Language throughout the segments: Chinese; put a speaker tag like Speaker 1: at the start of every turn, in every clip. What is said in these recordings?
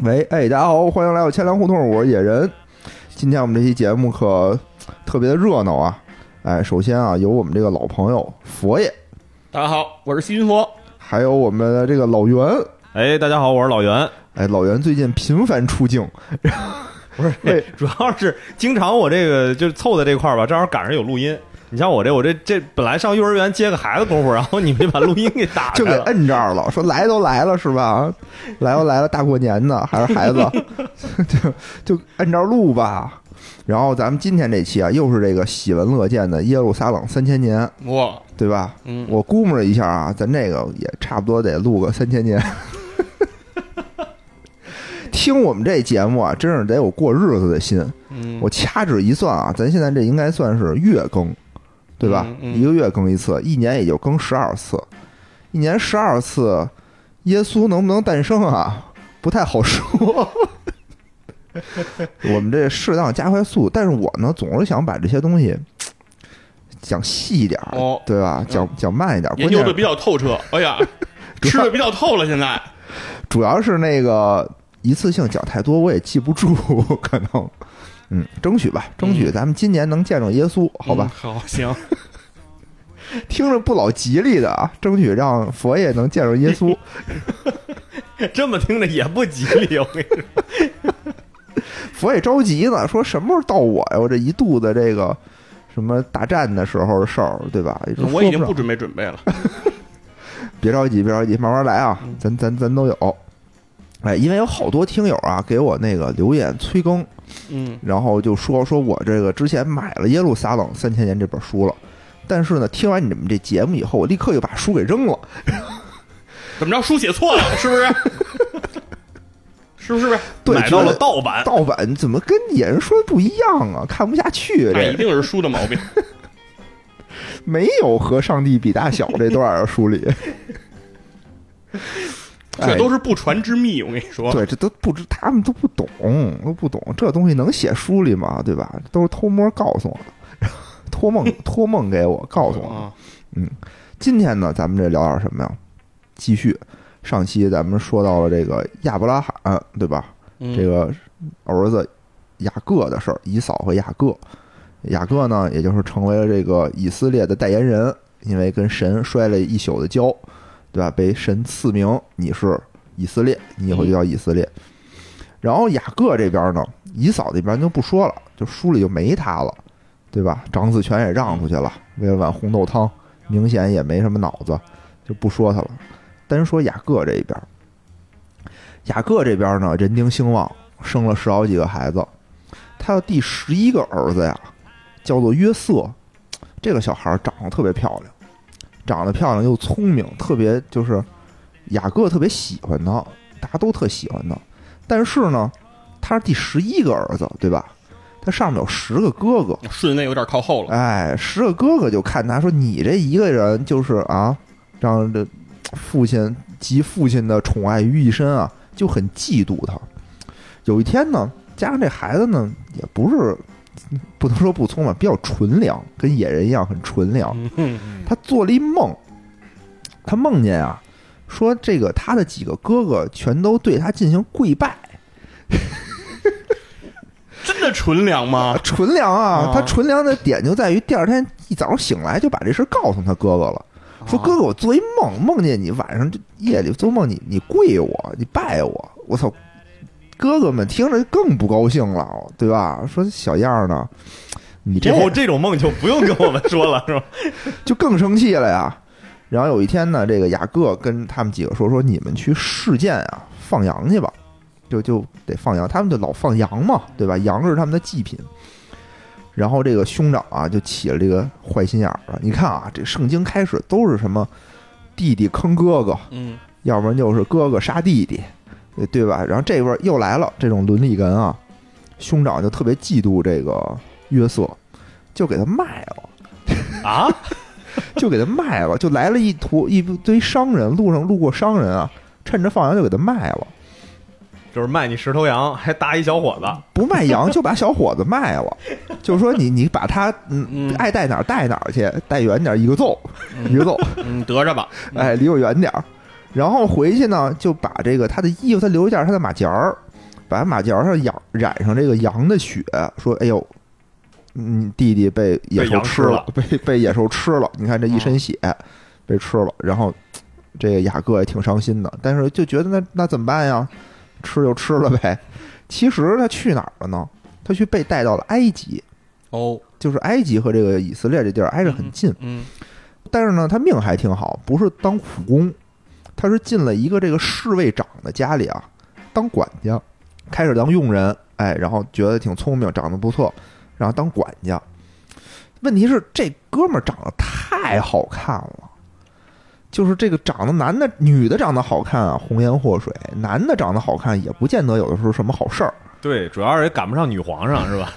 Speaker 1: 喂，哎，大家好，欢迎来到千粮胡同，我是野人。今天我们这期节目可特别的热闹啊！哎，首先啊，有我们这个老朋友佛爷，
Speaker 2: 大家好，我是西云佛。
Speaker 1: 还有我们的这个老袁。
Speaker 3: 哎，大家好，我是老袁。
Speaker 1: 哎，老袁最近频繁出镜，
Speaker 3: 不是，
Speaker 1: 喂
Speaker 3: 主要是经常我这个就是凑在这块儿吧，正好赶上有录音。你像我这，我这这本来上幼儿园接个孩子功夫，然后你们就把录音给打
Speaker 1: 就
Speaker 3: 开
Speaker 1: 给
Speaker 3: 了。
Speaker 1: 摁这儿了，说来都来了是吧？来都来了，大过年的还是孩子， 就就摁这儿录吧。然后咱们今天这期啊，又是这个喜闻乐见的耶路撒冷三千年，
Speaker 2: 哇，
Speaker 1: 对吧？
Speaker 2: 嗯，
Speaker 1: 我估摸了一下啊，咱这个也差不多得录个三千年。听我们这节目啊，真是得有过日子的心。
Speaker 2: 嗯
Speaker 1: 我掐指一算啊，咱现在这应该算是月更，对吧？
Speaker 2: 嗯嗯
Speaker 1: 一个月更一次，一年也就更十二次，一年十二次，耶稣能不能诞生啊？不太好 说。我们这适当加快速，但是我呢，总是想把这些东西讲细一点儿，
Speaker 2: 哦
Speaker 1: 对吧？讲讲慢一点儿，
Speaker 2: 研
Speaker 1: 关
Speaker 2: 究
Speaker 1: 键
Speaker 2: 的比较透彻。哎呀，吃的比较透了，现在
Speaker 1: 主要是那个一次性讲太多，我也记不住， 可能。嗯，争取吧，争取咱们今年能见着耶稣，好吧？
Speaker 2: 嗯好，行，
Speaker 1: 听着不老吉利的啊，争取让佛爷能见着耶 稣。
Speaker 3: 这么听着也不吉利，我跟你说。
Speaker 1: 佛爷着急呢，说什么时候到我呀？我这一肚子这个什么大战的时候的事儿，对吧？一直
Speaker 2: 我已经
Speaker 1: 说
Speaker 2: 不
Speaker 1: 不上
Speaker 2: 准备准备 了。
Speaker 1: 别着急，别着急，慢慢来啊
Speaker 2: 嗯，
Speaker 1: 咱咱咱都有。哎，因为有好多听友啊给我那个留言催更，
Speaker 2: 嗯
Speaker 1: 然后就说说我这个之前买了《耶路撒冷三千年》这本书了，但是呢，听完你们这节目以后，我立刻就把书给扔 了。
Speaker 2: 怎么着，书写错了是 不是？是不是？
Speaker 1: 对，
Speaker 3: 买到
Speaker 1: 觉
Speaker 3: 了
Speaker 1: 得
Speaker 3: 盗版，
Speaker 1: 盗版，怎么跟野人说的不一样啊？看不下去，
Speaker 2: 那
Speaker 1: 这
Speaker 2: 一定是书的毛病。
Speaker 1: 没有和上帝比大小这段儿书里。
Speaker 2: 这都
Speaker 1: 是、
Speaker 2: 是不传之秘，我跟你说。
Speaker 1: 哎对，这都不知他们都不懂，都不懂这东西能写书里吗？对吧？都是偷摸告诉我的，托梦托梦给我，告诉我。
Speaker 2: 啊，
Speaker 1: 今天呢，咱们这聊点什么呀？继续上期咱们说到了这个亚伯拉罕，对吧？
Speaker 2: 嗯
Speaker 1: 这个儿子雅各的事儿，以扫和雅各。雅各呢，也就是成为了这个以色列的代言人，因为跟神摔了一宿的跤，对吧？被神赐名，你是以色列，你以后就叫以色列。然后雅各这边呢，以扫这边就不说了，就书里就没他了，对吧？长子权也让出去了，为了碗红豆汤，明显也没什么脑子，就不说他了。单说雅各这一边，雅各这边呢，人丁兴旺，生了十好几个孩子，他的第十一个儿子呀，叫做约瑟。这个小孩长得特别漂亮，长得漂亮又聪明，特别就是雅各特别喜欢他，大家都特喜欢他。但是呢，他是第十一个儿子，对吧？他上面有十个哥哥，
Speaker 2: 嗯顺位有点靠后了。
Speaker 1: 哎，十个哥哥就看他说：“你这一个人就是啊，让这父亲集父亲的宠爱于一身啊，就很嫉妒他。”有一天呢，加上这孩子呢，也不是不能说不聪明，比较纯良，跟野人一样很纯良。
Speaker 2: 嗯
Speaker 1: 他做了一梦，他梦见啊，说这个他的几个哥哥全都对他进行跪拜，
Speaker 2: 啊真的纯良吗？
Speaker 1: 纯良啊
Speaker 2: 啊，
Speaker 1: 他纯良的点就在于第二天一早上醒来就把这事儿告诉他哥哥了，说
Speaker 2: 啊
Speaker 1: 哥，哥，我做一梦，梦见你晚上就夜里做梦你你跪我，你拜我，我操！哥哥们听着更不高兴了，对吧？说小样儿呢，你
Speaker 3: 以
Speaker 1: 这
Speaker 3: 后这种梦就不用跟我们说了，是吧？
Speaker 1: 就更生气了呀。然后有一天呢，这个雅各跟他们几个说：“说你们去事件啊，放羊去吧，就就得放羊。他们就老放羊嘛，对吧？羊是他们的祭品。”然后这个兄长啊，就起了这个坏心眼儿了。你看啊，这圣经开始都是什么弟弟坑哥哥，
Speaker 2: 嗯，
Speaker 1: 要不然就是哥哥杀弟弟，呃对吧？然后这边儿又来了这种伦理哏啊，兄长就特别嫉妒这个约瑟，就给他卖了。
Speaker 3: 啊，
Speaker 1: 就给他卖了，就来了一坨一堆商人，路上路过商人啊，趁着放羊就给他卖了，
Speaker 3: 就是卖你石头羊，还搭一小伙子，
Speaker 1: 不卖羊就把小伙子卖了， 就说你你把他嗯
Speaker 2: 嗯
Speaker 1: 爱带哪儿带哪儿去，带远点儿一个揍一个揍，
Speaker 2: 嗯，得着吧。
Speaker 1: 哎离我远点儿，然后回去呢就把这个他的衣服他留一件他的马甲儿，把马脚上染染上这个羊的血，说：“哎呦，嗯，弟弟被野兽吃了，嗯被被野兽吃了，你看这一身血，被吃了。”然后这个雅各也挺伤心的，但是就觉得那那怎么办呀？吃就吃了呗。其实他去哪儿了呢？他去被带到了埃及，
Speaker 2: 哦，
Speaker 1: 就是埃及和这个以色列这地儿挨着很近。
Speaker 2: 嗯，
Speaker 1: 但是呢，他命还挺好，不是当苦工，他是进了一个这个侍卫长的家里啊，当管家，开始当佣人，哎，然后觉得挺聪明，长得不错，然后当管家。问题是这哥们儿长得太好看了，就是这个长得男的、女的长得好看啊，红颜祸水；男的长得好看，也不见得有的时候什么好事儿。
Speaker 3: 对，主要是也赶不上女皇上 是吧？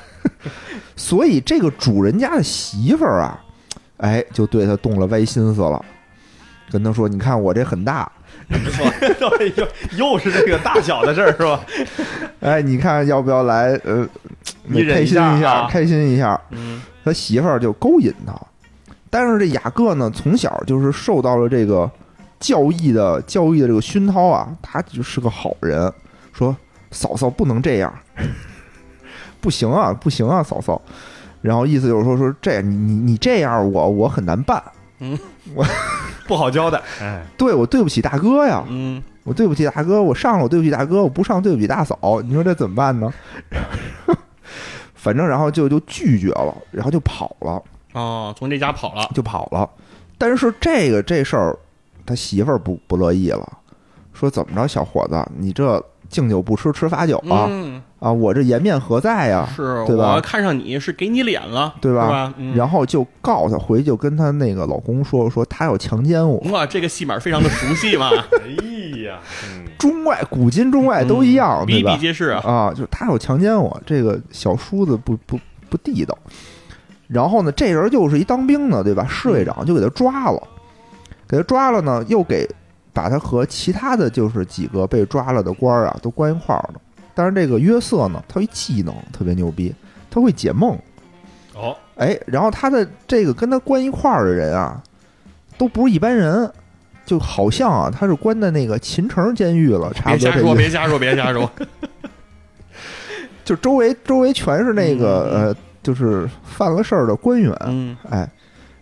Speaker 1: 所以这个主人家的媳妇儿啊，哎，就对他动了歪心思了，跟他说：“你看我这很大，
Speaker 3: 又又是这个大小的事儿是吧？
Speaker 1: 哎，你看要不要来？呃，
Speaker 3: 你忍
Speaker 1: 开
Speaker 3: 一
Speaker 1: 心
Speaker 3: 下
Speaker 1: 一下，
Speaker 3: 啊
Speaker 1: 开心一下。
Speaker 2: 嗯，”
Speaker 1: 他媳妇儿就勾引他，但是这雅各呢，从小就是受到了这个教义的教义的这个熏陶啊，他就是个好人。说嫂嫂不能这样， 不行啊，不行啊，嫂嫂。然后意思就是说说这你你你这样我我很难办。
Speaker 3: 不好交代。哎，
Speaker 1: 对我对不起大哥呀，
Speaker 2: 嗯，
Speaker 1: 我对不起大哥，我上了我对不起大哥，我不上对不起大嫂，你说这怎么办呢？反正然后就就拒绝了，然后就跑了，
Speaker 2: 哦，从这家跑了，
Speaker 1: 就跑了。但是这个这事儿，他媳妇儿不不乐意了，说怎么着，小伙子，你这敬酒不吃吃罚酒啊、
Speaker 2: 嗯，
Speaker 1: 啊，我这颜面何在呀、
Speaker 2: 是
Speaker 1: 对吧
Speaker 2: 我看上你是给你脸了，
Speaker 1: 对吧
Speaker 2: 是吧？嗯
Speaker 1: 然后就告他，回去就跟他那个老公说，说他要强奸我，
Speaker 2: 哇，这个戏码非常的熟悉 嘛，
Speaker 3: 哎呀，嗯，
Speaker 1: 中外古今中外哎都一样，
Speaker 2: 嗯
Speaker 1: 对
Speaker 2: 比
Speaker 1: 吧？
Speaker 2: 比皆是啊。
Speaker 1: 啊，就是他有强奸我，这个小叔子不不不地道。然后呢，这人就是一当兵的，对吧？侍卫长就给他抓了，给他抓了呢，又给把他和其他的就是几个被抓了的官儿啊都关一块儿了。但是这个约瑟呢，他有一技能特别牛逼，他会解梦。
Speaker 3: 哦，
Speaker 1: 哎，然后他的这个跟他关一块儿的人啊，都不是一般人，就好像啊，他是关在那个秦城监狱了，差不多
Speaker 2: 别瞎
Speaker 1: 这
Speaker 2: 说，
Speaker 1: 意思
Speaker 2: 别瞎说，别 瞎说。
Speaker 1: 就周围周围全是那个、
Speaker 2: 嗯
Speaker 1: 呃，就是犯了事儿的官员，
Speaker 2: 嗯，
Speaker 1: 哎，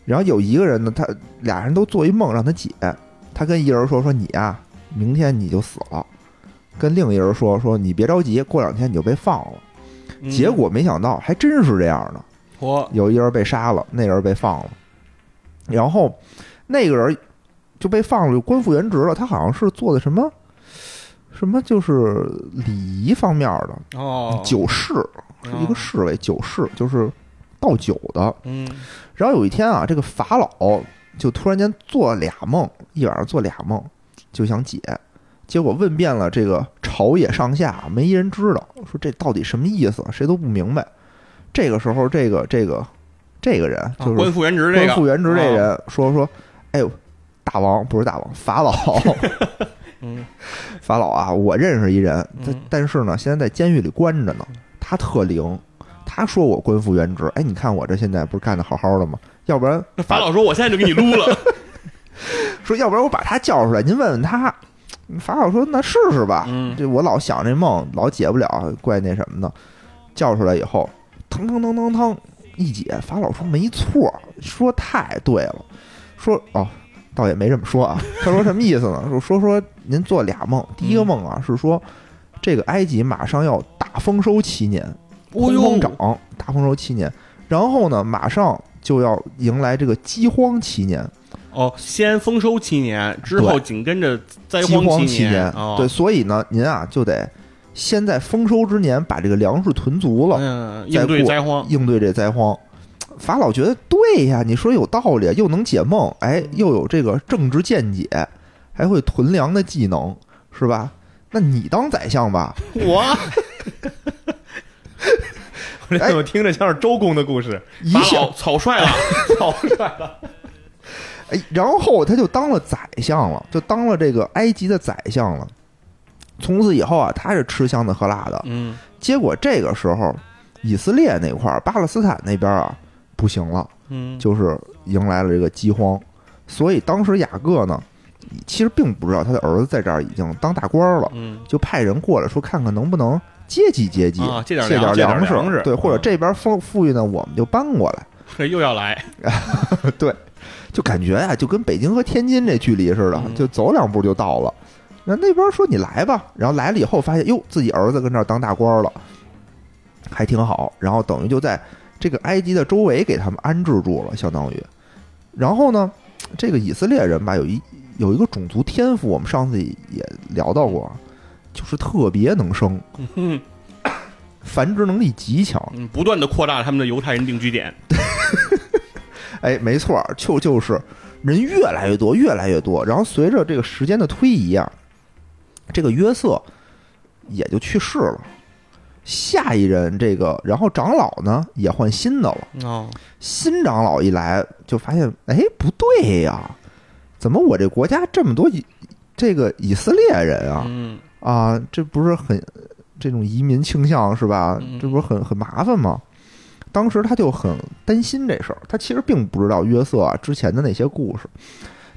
Speaker 1: 然后有一个人呢，他俩人都做一梦让他解，他跟一人说说你啊，明天你就死了，跟另一人说说你别着急，过两天你就被放了。
Speaker 2: 嗯
Speaker 1: 结果没想到还真是这样的，
Speaker 2: 我
Speaker 1: 有一人被杀了，那人被放了，然后那个人就被放了，就官复原职了。他好像是做的什么什么，就是礼仪方面的
Speaker 2: 哦，
Speaker 1: 酒事，是一个
Speaker 2: 哦
Speaker 1: 侍卫，酒侍就是倒酒的。
Speaker 2: 嗯
Speaker 1: 然后有一天啊，这个法老就突然间做俩梦，一晚上做俩梦，就想解，结果问遍了这个朝野上下，没一人知道，说这到底什么意思，谁都不明白。这个时候，这个这个这个人
Speaker 2: 啊
Speaker 1: 就是
Speaker 2: 官复原职这
Speaker 1: 官
Speaker 2: 个啊
Speaker 1: 复原职这人说说，哎呦，大王不是大王，法老，
Speaker 2: 嗯
Speaker 1: 法老啊，我认识一人，但
Speaker 2: 嗯
Speaker 1: 但是呢，现在在监狱里关着呢。他特灵，他说我官复原职。哎，你看我这现在不是干的好好的吗？要不然
Speaker 2: 那法老说：“我现在就给你撸了。
Speaker 1: 说，要不然我把他叫出来，您问问他。法老说：“那试试吧。”
Speaker 2: 嗯
Speaker 1: 这我老想这梦，老解不了，怪那什么的。叫出来以后，腾腾腾腾腾一解，法老说：“没错，说太对了。”说哦，倒也没这么说啊。他说什么意思呢？说说说您做俩梦，第
Speaker 2: 嗯
Speaker 1: 一个梦啊是说这个埃及马上要大丰收七年，
Speaker 2: 哦
Speaker 1: 通
Speaker 2: 呦
Speaker 1: 通涨，大丰收七年，然后呢马上就要迎来这个饥荒七年，”
Speaker 2: 哦，先丰收七年，之后紧跟着灾
Speaker 1: 饥荒
Speaker 2: 七
Speaker 1: 年，
Speaker 2: 哦，
Speaker 1: 对，所以呢您啊就得先在丰收之年把这个粮食囤足了，
Speaker 2: 嗯，
Speaker 1: 再
Speaker 2: 应对
Speaker 1: 过
Speaker 2: 灾荒，
Speaker 1: 应对这灾荒。法老觉得对呀，你说有道理，又能解梦，
Speaker 2: 嗯
Speaker 1: 哎，又有这个政治见解，还会囤粮的技能，是吧？那你当宰相吧，
Speaker 2: 我
Speaker 3: 这 怎么听着像是周公的故事？
Speaker 1: 一
Speaker 2: 法
Speaker 1: 下
Speaker 2: 老草率 了，
Speaker 3: 草率了。
Speaker 1: 哎，然后他就当了宰相了，就当了这个埃及的宰相了。从此以后啊，他是吃香的喝辣的。
Speaker 2: 嗯，
Speaker 1: 结果这个时候，以色列那块儿，巴勒斯坦那边啊，不行了，
Speaker 2: 嗯，
Speaker 1: 就是迎来了这个饥荒。所以当时雅各呢，其实并不知道他的儿子在这儿已经当大官了，
Speaker 2: 嗯
Speaker 1: 就派人过来说看看能不能接济接济，
Speaker 2: 啊，这点
Speaker 1: 借点
Speaker 2: 粮
Speaker 3: 借点
Speaker 1: 粮食，
Speaker 3: 粮食
Speaker 1: 对，或者
Speaker 3: 嗯
Speaker 1: 这边丰富裕呢，我们就搬过来，
Speaker 2: 这又要来，
Speaker 1: 就感觉啊，就跟北京和天津这距离似的，
Speaker 2: 嗯
Speaker 1: 就走两步就到了。那那边说你来吧，然后来了以后发现，哟，自己儿子跟这儿当大官了，还挺好。然后等于就在这个埃及的周围给他们安置住了，相当于。然后呢，这个以色列人吧，有一有一个种族天赋，我们上次也聊到过，就是特别能生，
Speaker 2: 嗯，
Speaker 1: 繁殖能力极强。
Speaker 2: 嗯不断的扩大他们的犹太人定居点，
Speaker 1: 哎，没错儿，就就是人越来越多，越来越多。然后随着这个时间的推移啊，这个约瑟也就去世了。下一任这个，然后长老呢也换新的了。
Speaker 2: 哦，
Speaker 1: 新长老一来，就发现，哎，不对呀，怎么我这国家这么多以这个以色列人啊？
Speaker 2: 嗯，
Speaker 1: 啊，这不是很这种移民倾向是吧
Speaker 2: 嗯？
Speaker 1: 这不是很很麻烦吗？当时他就很担心这事儿，他其实并不知道约瑟啊之前的那些故事，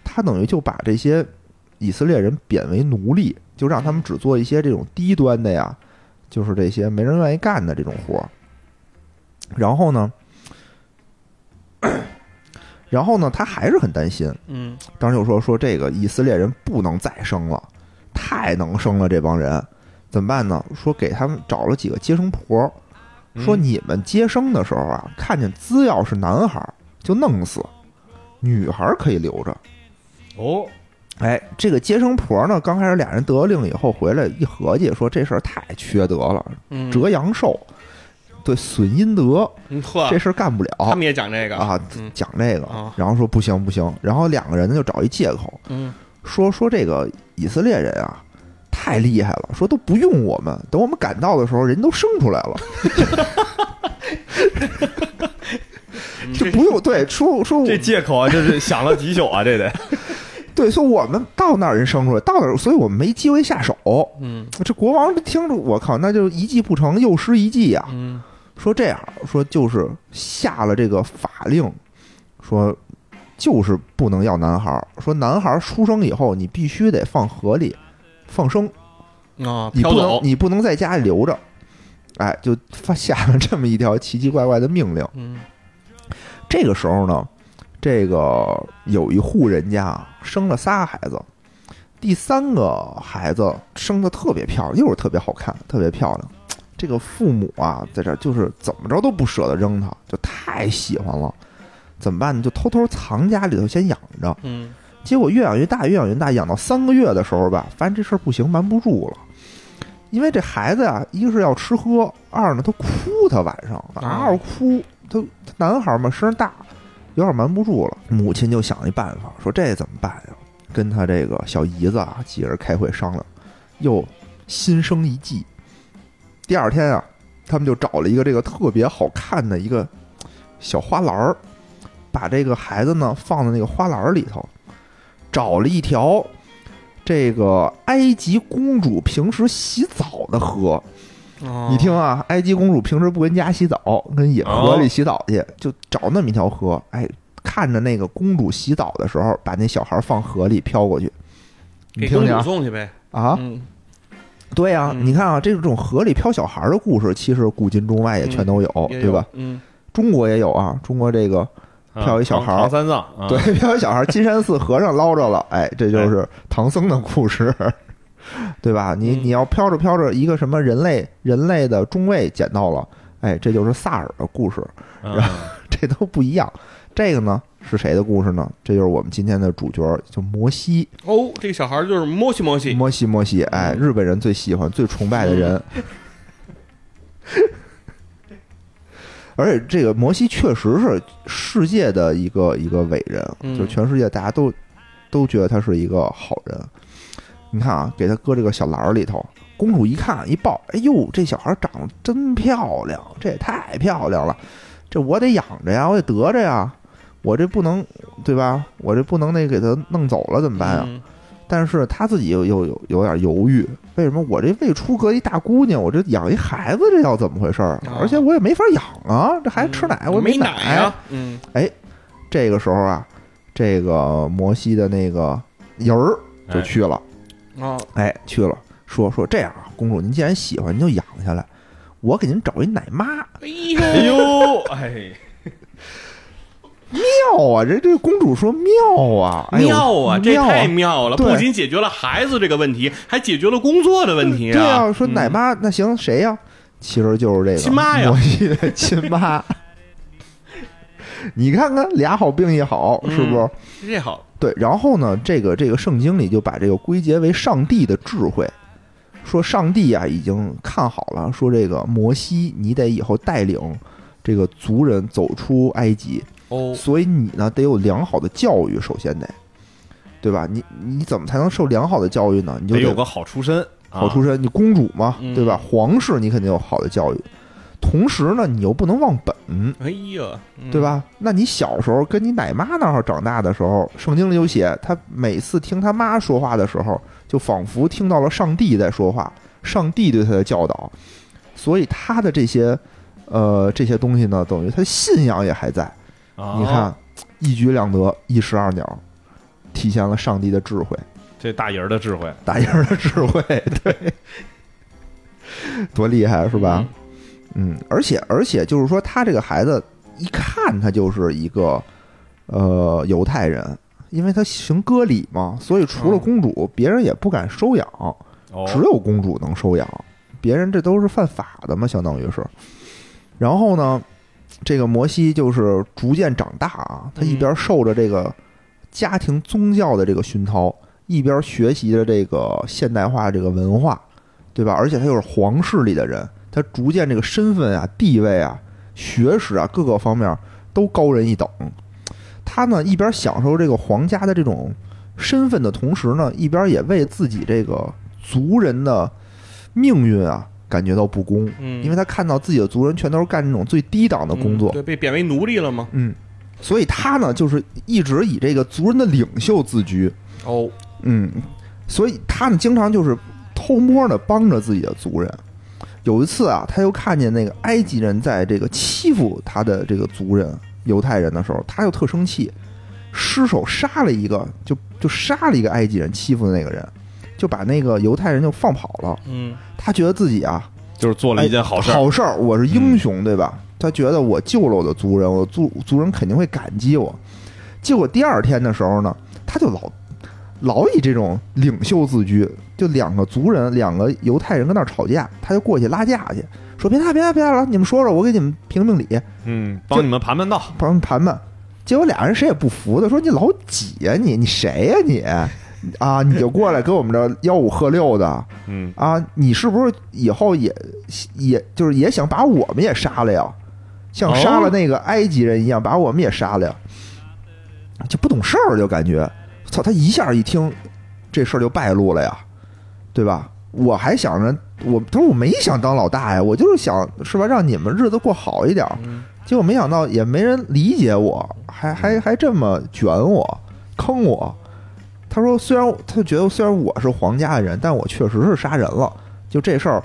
Speaker 1: 他等于就把这些以色列人贬为奴隶，就让他们只做一些这种低端的呀，就是这些没人愿意干的这种活儿。然后呢， 然后呢，他还是很担心，
Speaker 2: 嗯，
Speaker 1: 当时就说说这个以色列人不能再生了，太能生了这帮人，怎么办呢？说给他们找了几个接生婆，说
Speaker 3: 嗯
Speaker 1: 你们接生的时候啊，看见只要是男孩儿就弄死，女孩儿可以留着。
Speaker 3: 哦，
Speaker 1: 哎，这个接生婆呢，刚开始俩人得了令以后回来一合计，说这事儿太缺德了，
Speaker 2: 嗯，
Speaker 1: 折阳寿，对，损阴德，
Speaker 2: 嗯呵
Speaker 1: 这，事儿干不了。
Speaker 2: 他们也讲这个，
Speaker 1: 啊
Speaker 2: 嗯，
Speaker 1: 讲这个
Speaker 2: 啊，
Speaker 1: 然后说不行不行，然后两个人呢就找一借口，
Speaker 2: 嗯
Speaker 1: 说说这个以色列人啊，太厉害了，说都不用我们，等我们赶到的时候，人都生出来了，
Speaker 2: 嗯
Speaker 1: 就
Speaker 2: 这
Speaker 1: 不用对说说我
Speaker 3: 这借口啊，这是想了几宿啊，这 得
Speaker 1: 对说我们到那儿人生出来，到那儿，所以我们没机会下手。
Speaker 2: 嗯
Speaker 1: 这国王听着，我靠，那就一计不成又失一计呀、
Speaker 2: 嗯
Speaker 1: 说这样，说就是下了这个法令，说就是不能要男孩儿，说男孩儿出生以后，你必须得放河里放生。
Speaker 2: 啊，
Speaker 1: 你
Speaker 2: 飘
Speaker 1: 不能
Speaker 2: 走，
Speaker 1: 你不能在家里留着。哎，就发下了这么一条奇奇怪怪的命令。
Speaker 2: 嗯
Speaker 1: 这个时候呢，这个有一户人家啊生了仨孩子，第三个孩子生的特别漂亮，又是特别好看，特别漂亮。这个父母啊，在这儿就是怎么着都不舍得扔他，就太喜欢了。怎么办呢？就偷偷藏家里头先养着。
Speaker 2: 嗯
Speaker 1: 结果越养越大，越养越大，养到三个月的时候吧，发现这事儿不行，瞒不住了。因为这孩子啊，一个是要吃喝，二呢他哭，他晚上
Speaker 2: 啊
Speaker 1: 嗷嗷哭，他他男孩嘛声儿大，有点瞒不住了。母亲就想一办法，说这怎么办呀？跟他这个小姨子啊几人开会商量，又心生一计。第二天啊，他们就找了一个这个特别好看的一个小花篮儿，把这个孩子呢放在那个花篮儿里头，找了一条这个埃及公主平时洗澡的河。
Speaker 2: 哦
Speaker 1: 你听啊，埃及公主平时不跟家洗澡，跟野河里洗澡去，就找那么一条河。哎，看着那个公主洗澡的时候，把那小孩放河里飘过去。你
Speaker 2: 给
Speaker 1: 听
Speaker 2: 公
Speaker 1: 听
Speaker 2: 主
Speaker 1: 啊
Speaker 2: 送去呗
Speaker 1: 啊，
Speaker 2: 嗯
Speaker 1: 对啊，
Speaker 2: 嗯
Speaker 1: 你看啊，这种河里飘小孩的故事，其实古今中外也全都有，
Speaker 2: 也
Speaker 1: 哦对
Speaker 2: 有
Speaker 1: 吧？？
Speaker 2: 嗯
Speaker 1: 中国也有啊，中国这个飘一小孩儿
Speaker 3: 唐唐三藏，啊
Speaker 1: 对，飘小孩儿金山寺和尚捞着了，哎，这就是唐僧的故事， 对吧？你
Speaker 2: 嗯
Speaker 1: 你要飘着飘着，一个什么人类人类的中尉捡到了，哎，这就是萨尔的故事，
Speaker 3: 嗯
Speaker 1: 然这都不一样。这个呢是谁的故事呢？这就是我们今天的主角，就摩西，
Speaker 2: 哦，这个小孩就是摸西摸西，
Speaker 1: 摩西，摩西，哎，
Speaker 2: 嗯
Speaker 1: 日本人最喜欢、最崇拜的人。 而且这个摩西确实是世界的一个一个伟人，
Speaker 2: 嗯
Speaker 1: 就全世界大家都都觉得他是一个好人。你看啊，给他搁这个小篮儿里头，公主一看一抱，哎呦，这小孩长得真漂亮，这也太漂亮了，这我得养着呀，我得得着呀，我这不能对吧？我这不能那给他弄走了怎么办呀？
Speaker 2: 嗯
Speaker 1: 但是他自己又又有有点犹豫，为什么我这未出阁一大姑娘，我这养一孩子，这要怎么回事儿
Speaker 2: 啊？
Speaker 1: 而且我也没法养啊，这孩子吃奶，
Speaker 2: 嗯
Speaker 1: 我也
Speaker 2: 没
Speaker 1: 奶
Speaker 2: 啊，嗯
Speaker 1: 这个时候啊，这个摩西的那个人儿
Speaker 2: 哎
Speaker 1: 就去了，
Speaker 2: 啊，
Speaker 1: 哎，去了，说说这样啊，公主您既然喜欢，您就养下来，我给您找一奶妈。
Speaker 2: 哎呦，
Speaker 3: 哎呦，哎，
Speaker 1: 妙啊，这这个公主说妙啊，哎呦
Speaker 2: 妙啊，这
Speaker 1: 妙啊
Speaker 2: 太妙了！
Speaker 1: 对
Speaker 2: 不仅解决了孩子这个问题，还解决了工作的问题
Speaker 1: 对啊，说
Speaker 2: 嗯
Speaker 1: 奶妈、那行谁呀、其实就是这个
Speaker 2: 亲 妈呀
Speaker 1: 摩西的亲妈。你看看，俩好病一好，是不是？
Speaker 2: 嗯这好，
Speaker 1: 对，然后呢，这个这个圣经里就把这个归结为上帝的智慧，说上帝啊已经看好了，说这个摩西你得以后带领这个族人走出埃及，
Speaker 2: 哦，
Speaker 1: 所以你呢得有良好的教育，首先得，对吧？你你怎么才能受良好的教育呢？你就
Speaker 3: 得有个好出身，啊
Speaker 1: 好出身，你公主嘛，
Speaker 2: 嗯
Speaker 1: 对吧？皇室你肯定有好的教育，同时呢，你又不能忘本，
Speaker 2: 哎呀，嗯
Speaker 1: 对？吧？那你小时候跟你奶妈那儿长大的时候，圣经里有写，他每次听他妈说话的时候，就仿佛听到了上帝在说话，上帝对他的教导，所以他的这些呃这些东西呢，等于他信仰也还在。
Speaker 3: 啊
Speaker 1: 你看，一举两得，一石二鸟，体现了上帝的智慧。
Speaker 3: 这大爷儿的智慧，
Speaker 1: 打印儿的智慧， 对，多厉害是吧？嗯，而且而且就是说，他这个孩子一看他就是一个呃犹太人，因为他行割礼嘛，所以除了
Speaker 2: 嗯
Speaker 1: 公主，别人也不敢收养，
Speaker 3: 哦
Speaker 1: 只有公主能收养，别人这都是犯法的嘛，相当于是。然后呢，这个摩西就是逐渐长大啊，他一边受着这个家庭宗教的这个熏陶，一边学习着这个现代化这个文化，对吧？而且他又是皇室里的人，他逐渐这个身份啊、地位啊、学识啊各个方面都高人一等。他呢一边享受这个皇家的这种身份的同时呢，一边也为自己这个族人的命运啊感觉到不公，
Speaker 2: 嗯，
Speaker 1: 因为他看到自己的族人全都是干这种最低档的工作
Speaker 2: 嗯，对，被贬为奴隶了吗？
Speaker 1: 嗯，所以他呢就是一直以这个族人的领袖自居，
Speaker 2: 哦，
Speaker 1: 嗯，所以他呢经常就是偷摸的帮着自己的族人。有一次啊，他又看见那个埃及人在这个欺负他的这个族人犹太人的时候，他就特生气，失手杀了一个，就就杀了一个埃及人欺负的那个人，就把那个犹太人就放跑了。
Speaker 2: 嗯，
Speaker 1: 他觉得自己啊
Speaker 3: 就是做了一件好事儿，
Speaker 1: 哎
Speaker 3: 嗯
Speaker 1: 好事儿，我是英雄，对吧？他觉得我救了我的族人，我族族人肯定会感激我。结果第二天的时候呢，他就老老以这种领袖自居，就两个族人，两个犹太人跟那儿吵架，他就过去拉架去，说别打别打别打了，你们说说，我给你们评评理，
Speaker 3: 嗯，帮你们盘盘道，
Speaker 1: 帮我们盘盘。结果俩人谁也不服的，说你老几呀、你你谁呀、你啊你就过来跟我们这吆五喝六的，
Speaker 3: 嗯，
Speaker 1: 啊，你是不是以后也也就是也想把我们也杀了呀？像杀了那个埃及人一样，把我们也杀了呀？就不懂事儿，就感觉，操！他一下一听，这事儿就败露了呀，对吧？我还想着我，他说我没想当老大呀，我就是想是吧，让你们日子过好一点儿。结果没想到也没人理解我，还还还这么卷我，坑我。他说：“虽然他就觉得虽然我是皇家的人，但我确实是杀人了，就这事儿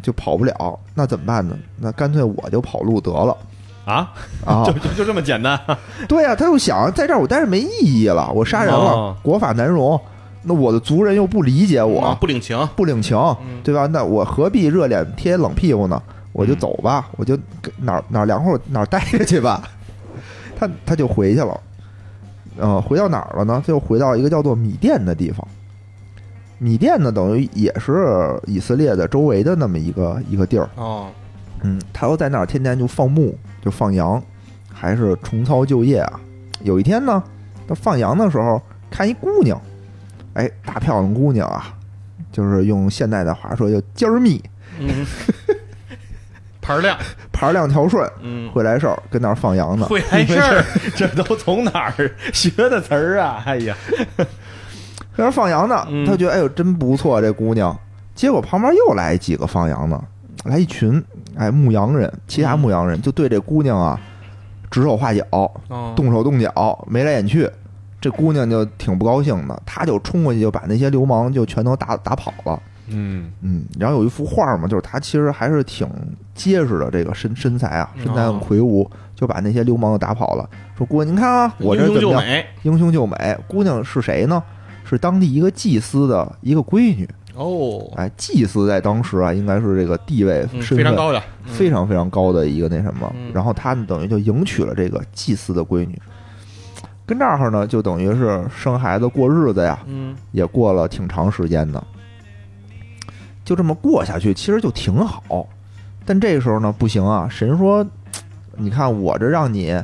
Speaker 1: 就跑不了，那怎么办呢？那干脆我就跑路得 了
Speaker 3: 啊，
Speaker 1: 啊
Speaker 3: 就！就就这么简单，
Speaker 1: 对啊，他就想在这儿我待着没意义了，我杀人了
Speaker 3: 哦，
Speaker 1: 国法难容，那我的族人又不理解
Speaker 2: 啊
Speaker 1: 我，
Speaker 2: 不领情，
Speaker 1: 不领情，
Speaker 2: 嗯
Speaker 1: 对吧？那我何必热脸贴冷屁股呢？我就走吧，我就哪儿哪儿凉快哪儿待着去吧。 他他就回去了，呃，回到哪儿了呢？就回到一个叫做米甸的地方。米甸呢，等于也是以色列的周围的那么一个一个地儿。
Speaker 2: 哦，
Speaker 1: 嗯，他又在那儿天天就放牧，就放羊，还是重操旧业啊。有一天呢，他放羊的时候看一姑娘，哎，大漂亮姑娘啊，就是用现代的话说叫尖儿蜜，
Speaker 2: 嗯，牌 儿亮，
Speaker 1: 盘儿亮条顺，
Speaker 2: 嗯，
Speaker 1: 会来事儿，跟那儿放羊呢。
Speaker 2: 会来事儿，
Speaker 3: 这都从哪儿 学的词儿啊？哎呀，
Speaker 1: 在那儿放羊呢，
Speaker 2: 嗯
Speaker 1: 他觉得哎呦真不错，这姑娘。结果旁边又来几个放羊的，来一群哎牧羊人，其他牧羊人就对这姑娘啊指手画脚，
Speaker 2: 哦，
Speaker 1: 动手动脚，眉来眼去。这姑娘就挺不高兴的，她就冲过去就把那些流氓就全都打打跑了。
Speaker 3: 嗯，
Speaker 1: 嗯，然后有一幅画嘛，就是她其实还是挺结实的，这个身身材啊，身材很魁梧，就把那些流氓都打跑了。说姑娘，您看啊，我
Speaker 2: 嗯英
Speaker 1: 这
Speaker 2: 雄
Speaker 1: 怎么
Speaker 2: 救
Speaker 1: 样？
Speaker 2: 美，
Speaker 1: 英雄救美，姑娘是谁呢？是当地一个祭司的一个闺女。
Speaker 4: 哦，
Speaker 1: 哎，祭司在当时啊，应该是这个地位、
Speaker 4: 嗯
Speaker 1: 身
Speaker 4: 非常
Speaker 1: 份
Speaker 4: 高的，嗯
Speaker 1: 非常非常高的一个那什么，
Speaker 4: 嗯
Speaker 1: 然后他呢等于就迎娶了这个祭司的闺女，跟这儿呢就等于是生孩子过日子呀，
Speaker 4: 嗯
Speaker 1: 也过了挺长时间的，就这么过下去，其实就挺好。但这时候呢，不行啊！神说，你看我这让你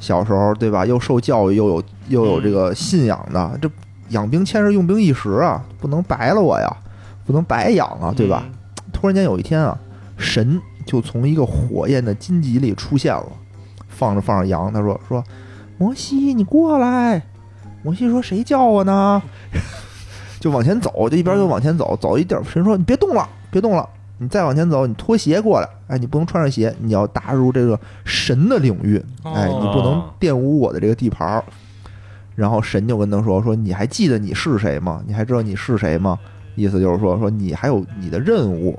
Speaker 1: 小时候对吧，又受教育，又有又有这个信仰的，这养兵千日，用兵一时啊，不能白了我呀，不能白养啊，对吧？？突然间有一天啊，神就从一个火焰的荆棘里出现了，放着放着羊，他说说摩西，你过来。摩西说谁叫我呢？ 就往前走，就一边就往前走，走一地儿，神说你别动了，别动了。你再往前走，你脱鞋过来，哎，你不能穿上鞋，你要踏入这个神的领域，
Speaker 4: 哦
Speaker 1: 哎，你不能玷污我的这个地盘儿。然后神就跟他说：“说你还记得你是谁吗？你还知道你是谁吗？”意思就是说，说你还有你的任务。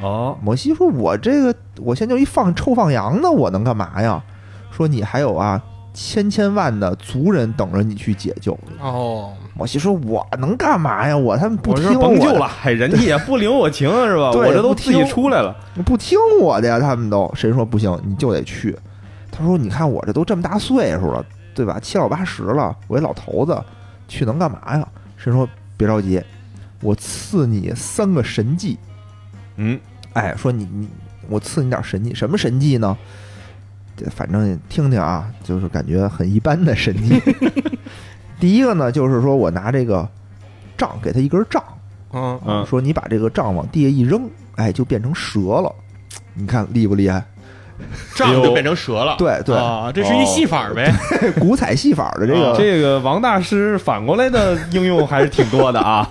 Speaker 3: 哦，
Speaker 1: 摩西说：“我这个，我现在就一放臭放羊呢，我能干嘛呀？”说你还有啊，千千万的族人等着你去解救。
Speaker 4: 哦，
Speaker 1: 摩西说：“我能干嘛呀？我他们不
Speaker 3: 啊我
Speaker 1: 听
Speaker 3: 是甭
Speaker 1: 的
Speaker 3: 救了，嗨，人家也不领我情啊是吧？
Speaker 1: 对
Speaker 3: 我这都
Speaker 1: 不
Speaker 3: 自
Speaker 1: 听
Speaker 3: 己出来了，
Speaker 1: 不听我的呀，他们都。神说不行，你就得去。他说：“你看我这都这么大岁数了，对吧？七老八十了，我一老头子，去能干嘛呀？”神说：“别着急，我赐你三个神迹。
Speaker 3: 嗯，
Speaker 1: 哎，说你你，我赐你点神迹，什么神迹呢？这反正听听啊，就是感觉很一般的神迹。 第一个呢，就是说我拿这个杖给他一根杖，啊
Speaker 4: 嗯
Speaker 3: 嗯
Speaker 1: 说你把这个杖往地下一扔，哎，就变成蛇了。你看厉不厉害？
Speaker 2: 杖就变成蛇了。
Speaker 1: 对哦对，
Speaker 4: 啊，这是一戏法呗，
Speaker 1: 古彩戏法的这个，
Speaker 4: 啊
Speaker 3: 这个王大师反过来的应用还是挺多的啊。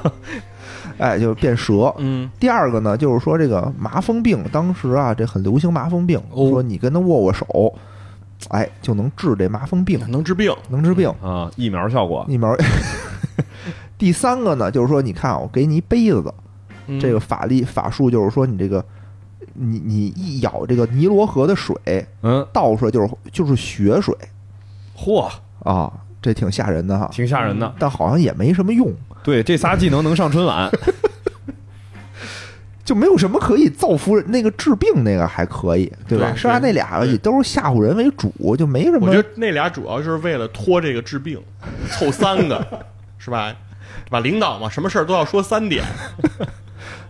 Speaker 1: 哎，就变蛇。
Speaker 4: 嗯
Speaker 1: 第二个呢，就是说这个麻风病，当时啊，这很流行麻风病，
Speaker 4: 哦
Speaker 1: 说你跟他握握手，哎，就能治这麻风病，
Speaker 2: 能治病，
Speaker 1: 能治病。
Speaker 3: 啊，疫苗效果，
Speaker 1: 疫苗。 第三个呢，就是说，你看啊，我给你一杯子，
Speaker 4: 嗯
Speaker 1: 这个法力法术就是说，你这个，你你一舀这个尼罗河的水
Speaker 3: 嗯，
Speaker 1: 倒出来就是就是血水
Speaker 3: 嚯，
Speaker 1: 啊，这挺吓人的哈，
Speaker 3: 挺吓人的。
Speaker 1: 但好像也没什么用，
Speaker 3: 对，这仨技能能上春晚，
Speaker 1: 就没有什么可以造福人。那个治病那个还可以，对吧？
Speaker 2: 对
Speaker 1: 剩下那俩也都是吓唬人为主，就没什
Speaker 2: 我
Speaker 1: 么
Speaker 2: 觉得那俩主要就是为了拖这个治病，凑三个，是吧？对吧？领导嘛，什么事儿都要说三点，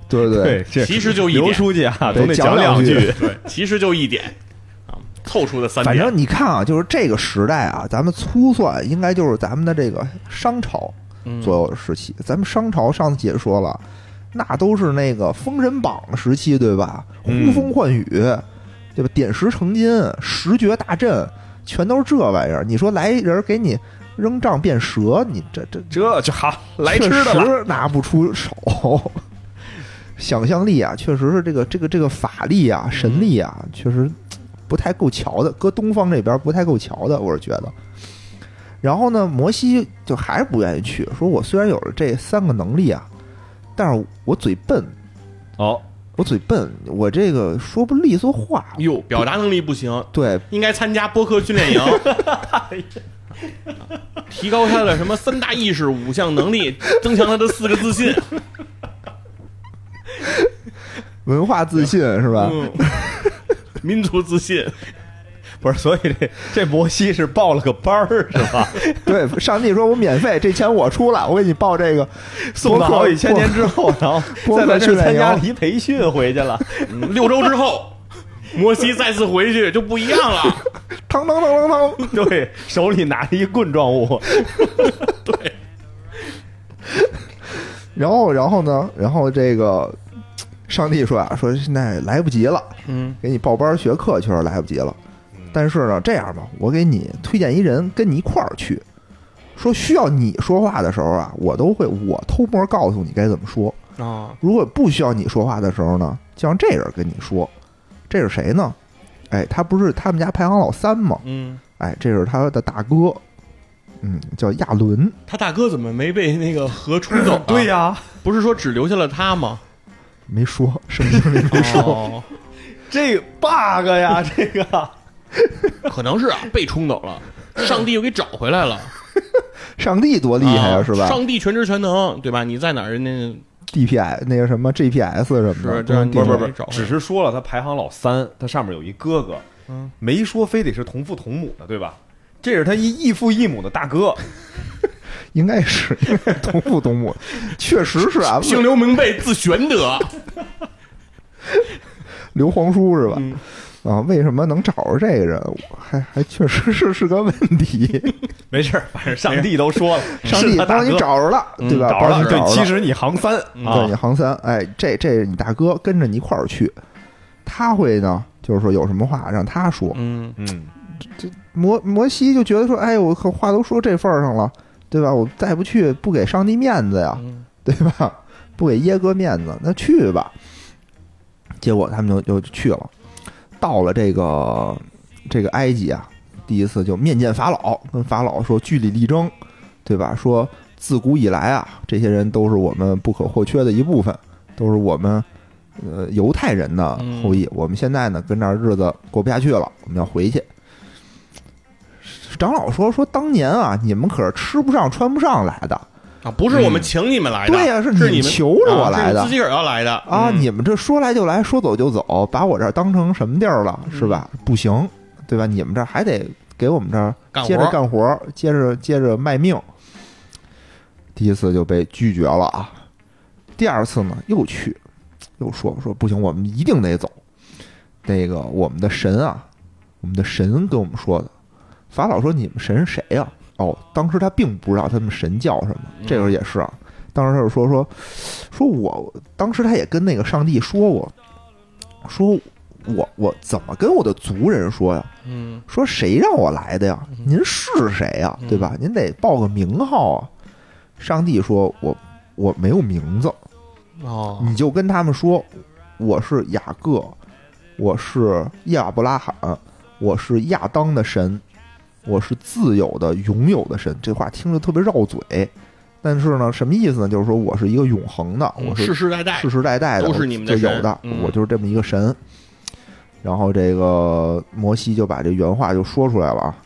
Speaker 1: 对对
Speaker 3: 对，这
Speaker 2: 其实就一
Speaker 3: 刘
Speaker 2: 点，
Speaker 3: 书记啊，
Speaker 1: 对
Speaker 3: 总得
Speaker 1: 讲两
Speaker 3: 两
Speaker 1: 句。
Speaker 2: 对，其实就一点啊，凑出的三
Speaker 1: 反
Speaker 2: 点
Speaker 1: 正你看啊，就是这个时代啊，咱们粗算应该就是咱们的这个商朝
Speaker 4: 嗯
Speaker 1: 左右时期。咱们商朝上次也说了，那都是那个《封神榜》时期，对吧？
Speaker 3: 嗯
Speaker 1: 呼风唤雨，对吧？点石成金，十绝大阵，全都是这玩意儿。你说来人给你扔杖变蛇，你这这
Speaker 3: 这就好来吃
Speaker 1: 啊确
Speaker 3: 的了，
Speaker 1: 实拿不出手。想象力啊，确实是这个这个这个法力啊、神力啊，确实不太够瞧的，搁东方这边不太够瞧的，我是觉得。然后呢，摩西就还是不愿意去，说我虽然有了这三个能力啊，但是我嘴笨，
Speaker 3: 哦，
Speaker 1: 我嘴笨，我这个说不利索话。
Speaker 3: 嗯
Speaker 2: 哟，表达能力不行，
Speaker 1: 对，
Speaker 2: 应该参加播客训练营，提高他的什么三大意识、五项能力，增强他的四个自信，
Speaker 1: 文化自信是吧？
Speaker 2: 嗯，民族自信，
Speaker 3: 不是，所以这这摩西是报了个班儿是吧？
Speaker 1: 对，上帝说我免费，这钱我出了，我给你报这个
Speaker 3: 送到好几千年之后，然后
Speaker 1: 播
Speaker 3: 再
Speaker 1: 客
Speaker 3: 来这
Speaker 1: 训
Speaker 3: 儿参
Speaker 1: 练
Speaker 3: 加
Speaker 1: 营
Speaker 3: 了一培训回去了。
Speaker 2: 嗯六周之后，摩西再次回去就不一样了。
Speaker 1: 当当当当当。
Speaker 3: 对，手里拿着一棍状物，
Speaker 1: 然后，然后呢？然后这个上帝说啊，说现在来不及了，
Speaker 4: 嗯
Speaker 1: 给你报班学课确实来不及了。但是呢，这样吧，我给你推荐一人跟你一块儿去。说需要你说话的时候啊，我都会我偷摸告诉你该怎么说。
Speaker 4: 啊
Speaker 1: 如果不需要你说话的时候呢，就让这人跟你说。这是谁呢？哎，他不是他们家排行老三吗？
Speaker 4: 嗯，
Speaker 1: 哎，这是他的大哥，嗯，叫亚伦。
Speaker 2: 他大哥怎么没被那个河冲走、
Speaker 3: 对、呀、
Speaker 2: 不是说只留下了他吗？
Speaker 1: 没说，圣经 里没说。
Speaker 2: 哦，
Speaker 3: 这个 bug 呀，这个
Speaker 2: 可能是啊，被冲走了，上帝又给找回来了。
Speaker 1: 上帝多厉害
Speaker 2: 啊
Speaker 1: 是吧
Speaker 2: 上帝全知全能，对吧？你在哪儿？人家
Speaker 1: ？DPI 那个什么 GPS 什么的，
Speaker 2: 是这样
Speaker 1: 都
Speaker 3: 不
Speaker 1: 能定位
Speaker 3: 是不是不
Speaker 2: 找回来
Speaker 3: 是，只是说了他排行老三，他上面有一哥哥，
Speaker 2: 嗯
Speaker 3: 没说非得是同父同母的，对吧？这是他一异父异母的大哥，
Speaker 1: 应该是同父同母，确实是 啊，
Speaker 2: 姓刘名备，字玄德，
Speaker 1: 刘皇叔是吧？
Speaker 2: 嗯
Speaker 1: 啊，为什么能找着这个人？我还还确实是是个问 题。
Speaker 3: 没事儿，反正 上帝都说了，
Speaker 1: 上帝
Speaker 3: 是他啊大
Speaker 1: 帮你
Speaker 3: 哥嗯
Speaker 1: 找着了，对吧？
Speaker 3: 找着
Speaker 1: 帮
Speaker 3: 了，
Speaker 1: 你嗯找
Speaker 3: 对，
Speaker 1: 着嗯
Speaker 3: 其实你行三
Speaker 1: 对
Speaker 3: 啊
Speaker 1: 你，行三，哎，这这你大哥跟着你一块儿去，他会呢，就是说有什么话让他说。
Speaker 2: 嗯，
Speaker 3: 嗯，
Speaker 1: 摩摩西就觉得说，哎，我可话都说这份儿上了，对吧？我再不去，不给上帝面子呀，
Speaker 2: 嗯
Speaker 1: 对吧？不给耶哥面子，那去吧。结果他们就就去了，到了这个这个埃及啊，第一次就面见法老，跟法老说据理力争，对吧？说自古以来啊，这些人都是我们不可或缺的一部分，都是我们呃犹太人的后裔。我们现在呢，跟这儿日子过不下去了，我们要回去。长老说说当年啊，你们可是吃不上穿不上来的，
Speaker 2: 啊，不是我们请你们来的，
Speaker 1: 对呀是
Speaker 2: 是
Speaker 1: 你们
Speaker 2: 们
Speaker 1: 求着我
Speaker 2: 啊
Speaker 1: 来的
Speaker 2: 是你自己个儿要来的，嗯
Speaker 1: 啊，你们这说来就来，说走就走，把我这儿当成什么地儿了，
Speaker 2: 嗯
Speaker 1: 是吧？不行，对吧？你们这儿还得给我们这儿
Speaker 2: 干
Speaker 1: 接着
Speaker 2: 活，
Speaker 1: 干活儿，接着接着卖命。第一次就被拒绝了啊，第二次呢又去，又说说不行，我们一定得走。那个我们的神啊，我们的神跟我们说的，法老说你们神是谁呀、哦，当时他并不知道他们神叫什么，
Speaker 2: 嗯
Speaker 1: 这时候也是啊，当时他就说说说我，当时他也跟那个上帝说过，说我我怎么跟我的族人说呀？
Speaker 2: 嗯
Speaker 1: 说谁让我来的呀？您是谁呀？对吧？您得报个名号啊！上帝说：“我我没有名字，
Speaker 2: 哦，
Speaker 1: 你就跟他们说，我是雅各，我是亚伯拉罕，我是亚当的神，我是自由的、拥有的神。”这话听着特别绕嘴，但是呢，什么意思呢？就是说我是一个永恒的，我
Speaker 2: 嗯
Speaker 1: 是
Speaker 2: 世世代代
Speaker 1: 世世代代的
Speaker 2: 都是你们的
Speaker 1: 就有
Speaker 2: 神
Speaker 1: 的，
Speaker 2: 嗯
Speaker 1: 我就是这么一个神。然后这个摩西就把这原话就说出来了啊。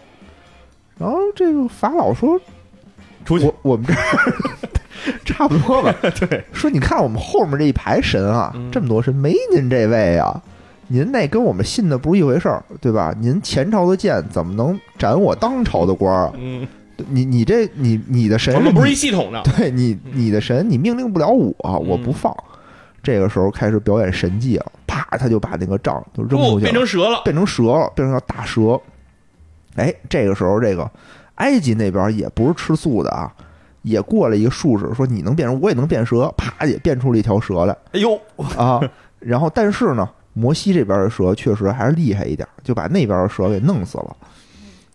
Speaker 1: 然后这个法老说：“
Speaker 3: 出去
Speaker 1: 我我们这儿 差不多 吧。
Speaker 3: 对，
Speaker 1: 说你看我们后面这一排神啊，
Speaker 2: 嗯
Speaker 1: 这么多神，没您这位啊。”您那跟我们信的不是一回事儿，对吧？您前朝的剑怎么能斩我当朝的官儿啊？
Speaker 2: 嗯，
Speaker 1: 你你这你你的神
Speaker 2: 我
Speaker 1: 是
Speaker 2: 们不
Speaker 1: 你
Speaker 2: 是一系统的，
Speaker 1: 对你，
Speaker 2: 嗯
Speaker 1: 你的神，你命令不了我，我不放。这个时候开始表演神迹了，啪，他就把那个杖就扔出
Speaker 2: 哦，
Speaker 1: 去了，
Speaker 2: 变成蛇了，
Speaker 1: 变成蛇了，变成条大蛇。哎，这个时候，这个埃及那边也不是吃素的啊，也过来一个术士说你能变成，我也能变蛇，啪，也变出了一条蛇来
Speaker 3: 哎呦，
Speaker 1: 啊。然后，但是呢，摩西这边的蛇确实还是厉害一点，就把那边的蛇给弄死了。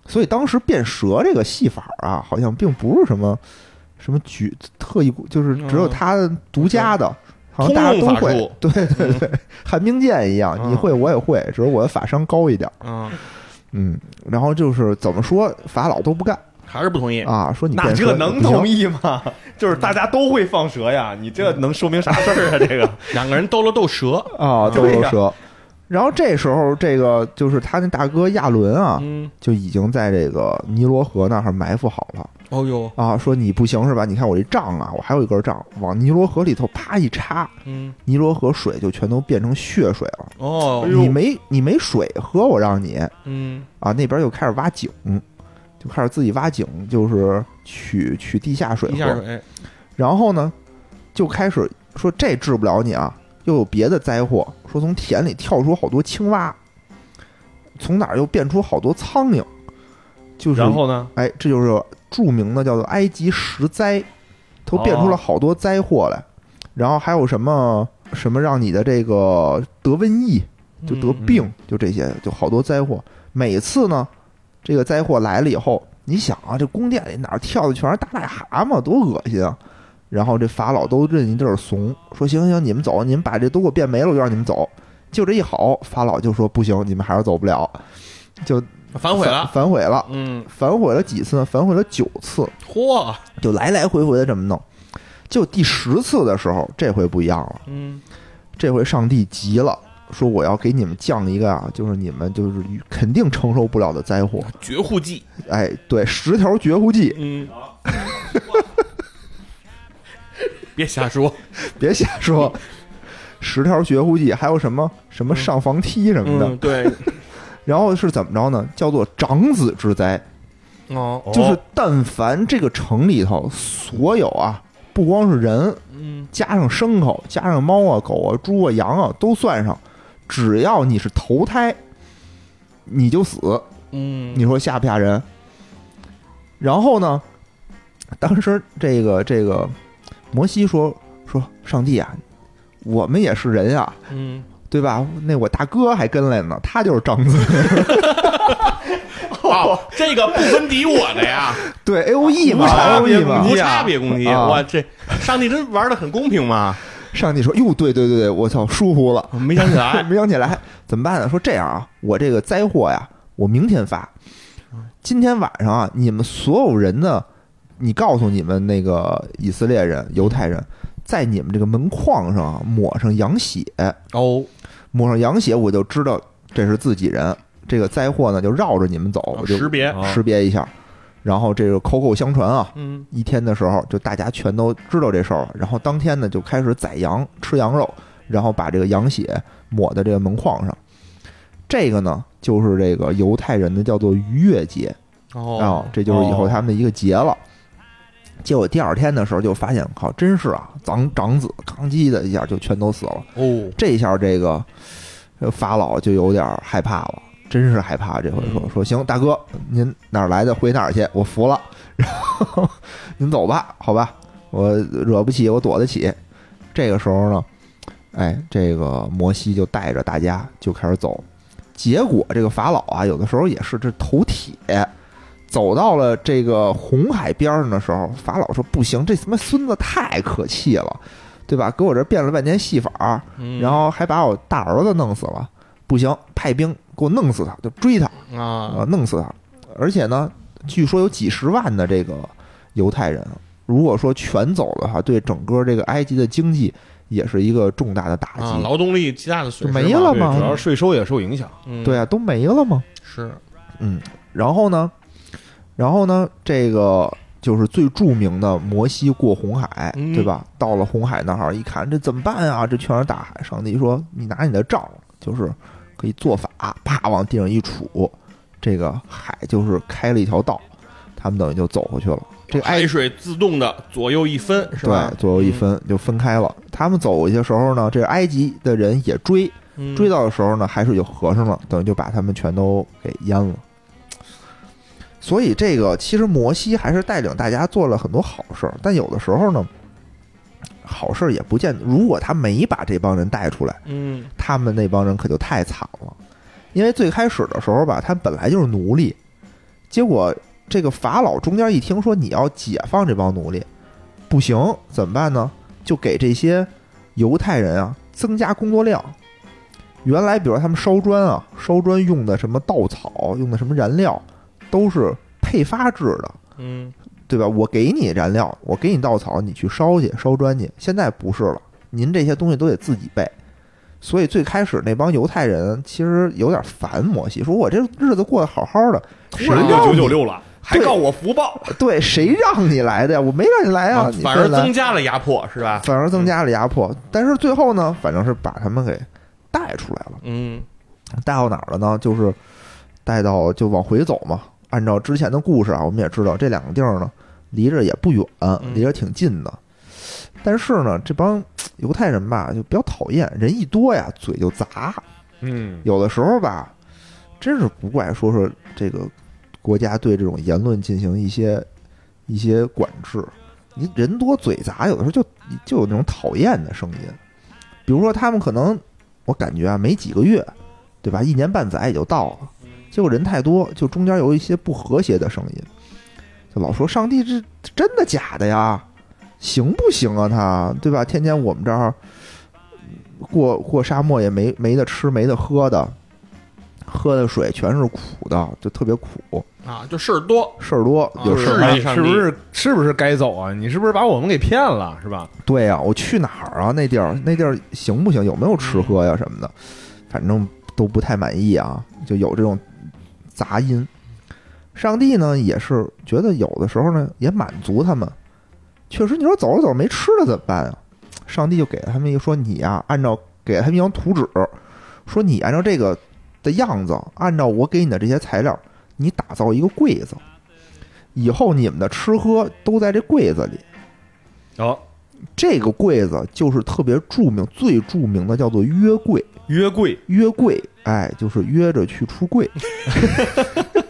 Speaker 1: 所以当时变蛇这个戏法啊，好像并不是什么什么局特意，就是只有他独家的，好像大家都
Speaker 2: 嗯通用法
Speaker 1: 会
Speaker 2: 术。
Speaker 1: 对对对，寒冰剑一样，
Speaker 2: 嗯
Speaker 1: 你会我也会，只是我的法伤高一点。
Speaker 2: 嗯，
Speaker 1: 嗯，然后就是怎么说，法老都不干
Speaker 2: 还是不同意，
Speaker 1: 啊，说你
Speaker 3: 那
Speaker 1: 变
Speaker 3: 这
Speaker 1: 蛇
Speaker 3: 能
Speaker 1: 不行
Speaker 3: 同意吗？ 就是大家都会放蛇呀，你这能说明啥事儿啊？这 个
Speaker 2: 两个人斗了斗蛇，
Speaker 1: 啊，都
Speaker 3: 对
Speaker 1: 有
Speaker 3: 呀
Speaker 1: 蛇。然后这时候，这个就是他那大哥亚伦啊，
Speaker 2: 嗯，
Speaker 1: 就已经在这个尼罗河那儿埋伏好了。
Speaker 2: 哦呦，
Speaker 1: 啊，说你不行是吧？你看我这杖啊，我还有一根杖，往尼罗河里头啪一插，
Speaker 2: 嗯，
Speaker 1: 尼罗河水就全都变成血水了。
Speaker 2: 哦
Speaker 3: 哎，呦
Speaker 1: 你没你没水喝，我让你
Speaker 2: 嗯，
Speaker 1: 啊，那边就开始挖井，就开始自己挖井，就是取取地下水
Speaker 2: 一下哎
Speaker 1: 喝。
Speaker 2: 水，
Speaker 1: 然后呢，就开始说这治不了你啊，又有别的灾祸，说从田里跳出好多青蛙，从哪儿又变出好多苍蝇，就是
Speaker 3: 然后呢？
Speaker 1: 哎，这就是著名的叫做埃及十灾，都变出了好多灾祸来。然后还有什么什么让你的这个得瘟疫，就得病，就这些，就好多灾祸。每次呢，这个灾祸来了以后，你想啊，这宫殿里哪儿跳的全是大癞蛤蟆，多恶心啊！然后这法老都任你这儿怂，说行行，你们走，你们把这都给我变没了，我就让你们走。就这一好，法老就说不行，你们还是走不了，就
Speaker 2: 反悔了，
Speaker 1: 反悔了。
Speaker 2: 嗯，
Speaker 1: 反悔了几次呢？反悔了九次，
Speaker 2: 嚯，
Speaker 1: 就来来回回的这么弄。就第十次的时候，这回不一样了，
Speaker 2: 嗯，
Speaker 1: 这回上帝急了，说我要给你们降一个啊，就是你们就是肯定承受不了的灾祸。
Speaker 2: 绝户计，
Speaker 1: 哎，对，十条绝户计，
Speaker 2: 嗯，别瞎说，
Speaker 1: 别瞎说。十条绝户计，还有什么什么上房梯什么的，
Speaker 2: 嗯，对，
Speaker 1: 然后是怎么着呢？叫做长子之灾，
Speaker 2: 哦，
Speaker 1: 就是但凡这个城里头所有啊，不光是人，
Speaker 2: 嗯，
Speaker 1: 加上牲口，加上猫啊、狗啊、猪啊、羊啊都算上，只要你是头胎，你就死。
Speaker 2: 嗯，
Speaker 1: 你说吓不吓人？然后呢，当时这个这个摩西说说上帝啊，我们也是人啊，
Speaker 2: 嗯，
Speaker 1: 对吧？那我大哥还跟来呢，他就是长子，
Speaker 2: 哦，这个不分敌我的呀，
Speaker 1: 对 A O E 嘛
Speaker 2: 无
Speaker 1: ，A
Speaker 2: 差
Speaker 1: O
Speaker 2: 别
Speaker 1: E
Speaker 2: 攻
Speaker 1: 嘛
Speaker 2: 击，。无差别攻击，
Speaker 1: 啊
Speaker 2: 哇，这上帝真玩的很公平嘛，
Speaker 1: 上帝说哟，对对对对，我操，疏忽了，
Speaker 2: 没想起 来，
Speaker 1: 没想起来，怎么办呢？说这样啊，我这个灾祸呀，我明天发，今天晚上啊，你们所有人呢，你告诉你们那个以色列
Speaker 2: 嗯
Speaker 1: 人、犹太人，在你们这个门框上啊抹上羊血，
Speaker 2: 哦，
Speaker 1: 抹上羊血，我就知道这是自己人。这个灾祸呢，就绕着你们走，我就啊
Speaker 2: 哦识别，
Speaker 1: 识别一下，然后这个口口相传啊。
Speaker 2: 嗯，
Speaker 1: 一天的时候，就大家全都知道这事儿了。然后当天呢，就开始宰羊，吃羊肉，然后把这个羊血抹在这个门框上。这个呢，就是这个犹太人的叫做逾越节啊、
Speaker 2: 哦，
Speaker 1: 这就是以后他们的一个节了。结果第二天的时候，就发现，靠，真是啊，长长子康基的一下就全都死了。
Speaker 2: 哦，
Speaker 1: 这下这个呃法老就有点害怕了，真是害怕。这回说
Speaker 2: 嗯
Speaker 1: 说行，大哥，您哪儿来的回哪儿去，我服了。 然后您走吧，好吧，我惹不起，我躲得起。这个时候呢，哎，这个摩西就带着大家就开始走。结果这个法老啊，有的时候也是这头铁。走到了这个红海边上的时候，法老说：“不行，这他妈孙子太可气了，对吧？给我这变了半天戏法儿，
Speaker 2: 嗯
Speaker 1: 然后还把我大儿子弄死了，不行，派兵给我弄死他，就追他，
Speaker 2: 啊，
Speaker 1: 呃，弄死他。而且呢，据说有几十万的这个犹太人，啊如果说全走的话，对整个这个埃及的经济也是一个重大的打
Speaker 2: 啊，
Speaker 1: 击。
Speaker 2: 劳动力极大的损失嘛，
Speaker 1: 就没了
Speaker 3: 对，
Speaker 1: 嘛
Speaker 3: 主要是税收也受影响。
Speaker 2: 嗯
Speaker 1: 对，啊，都没了吗？
Speaker 2: 是，
Speaker 1: 然后呢，然后呢，这个就是最著名的摩西过红海，
Speaker 2: 嗯
Speaker 1: 对吧？到了红海那儿一看，这怎么办啊？这全是大海。上帝说：“你拿你的杖，就是可以做法，啪往地上一杵，这个海就是开了一条道，他们等于就走回去了。这个埃
Speaker 2: 海水自动的左右一分，是吧
Speaker 1: 对？左右一分就分开了。他们走过去的时候呢，这埃及的人也追，
Speaker 2: 嗯，
Speaker 1: 追
Speaker 2: 到
Speaker 1: 到的时候呢，海水就合上了，等于就把他们全都给淹了。所以这个其实摩西还是带领大家做了很多好事儿，但有的时候呢，好事儿也不见。如果他没把这帮人带出来，
Speaker 2: 嗯，
Speaker 1: 他们那帮人可就太惨了。因为最开始的时候吧，他本来就是奴隶，结果这个法老中间一听说你要解放这帮奴隶，不行，怎么办呢？就给这些犹太人啊增加工作量。原来，比如他们烧砖啊，烧砖用的什么稻草，用的什么燃料，都是配发制的，
Speaker 2: 嗯，
Speaker 1: 对吧？我给你燃料，我给你稻草，你去烧去，烧砖去。现在不是了，您这些东西都得自己备。所以最开始那帮犹太人其实有点烦摩西，说我这日子过得好好的，谁
Speaker 3: 人
Speaker 1: 让
Speaker 3: 就九
Speaker 1: 你
Speaker 3: 九六了，还告我福报，
Speaker 1: 对，谁让你来的呀？我没让你来啊，你
Speaker 2: 反
Speaker 1: 非
Speaker 2: 而
Speaker 1: 来
Speaker 2: 增加了压迫，是吧？
Speaker 1: 反而增加了压迫。但是最后呢，反正是把他们给带出来了。
Speaker 2: 嗯，
Speaker 1: 带到哪儿了呢？就是带到就往回走嘛。按照之前的故事啊，我们也知道这两个地儿呢，离着也不远，离着挺近的。但是呢，这帮犹太人吧，就比较讨厌，人一多呀，嘴就杂。
Speaker 3: 嗯，
Speaker 1: 有的时候吧，真是不怪说说这个国家对这种言论进行一些一些管制。你人多嘴杂，有的时候就就有那种讨厌的声音。比如说，他们可能我感觉啊，没几个月，对吧？一年半载也就到了，结果人太多，就中间有一些不和谐的声音，就老说上帝这这真的假的呀？行不行啊他？对吧？天天我们这儿过过沙漠也没没得吃没得喝的，喝的水全是苦的，就特别苦，
Speaker 2: 啊，就事儿多，
Speaker 1: 事儿多
Speaker 2: 啊
Speaker 1: 有
Speaker 2: 是
Speaker 1: 事儿。
Speaker 2: 啊
Speaker 3: 哎是不是是不是该走啊？你是不是把我们给骗了？是吧？
Speaker 1: 对呀、我去哪儿啊？那地儿那地儿行不行？有没有吃喝呀什么的？反正都不太满意啊，就有这种杂音。上帝呢也是觉得有的时候呢也满足他们，确实，你说走着走着没吃的怎么办啊？上帝就给了他们一个说你呀、按照给了他们一张图纸，说你按照这个的样子，按照我给你的这些材料，你打造一个柜子，以后你们的吃喝都在这柜子里。
Speaker 3: 哦，
Speaker 1: 这个柜子就是特别著名、最著名的，叫做约柜。
Speaker 3: 约柜
Speaker 1: 约柜，哎，就是约着去出柜。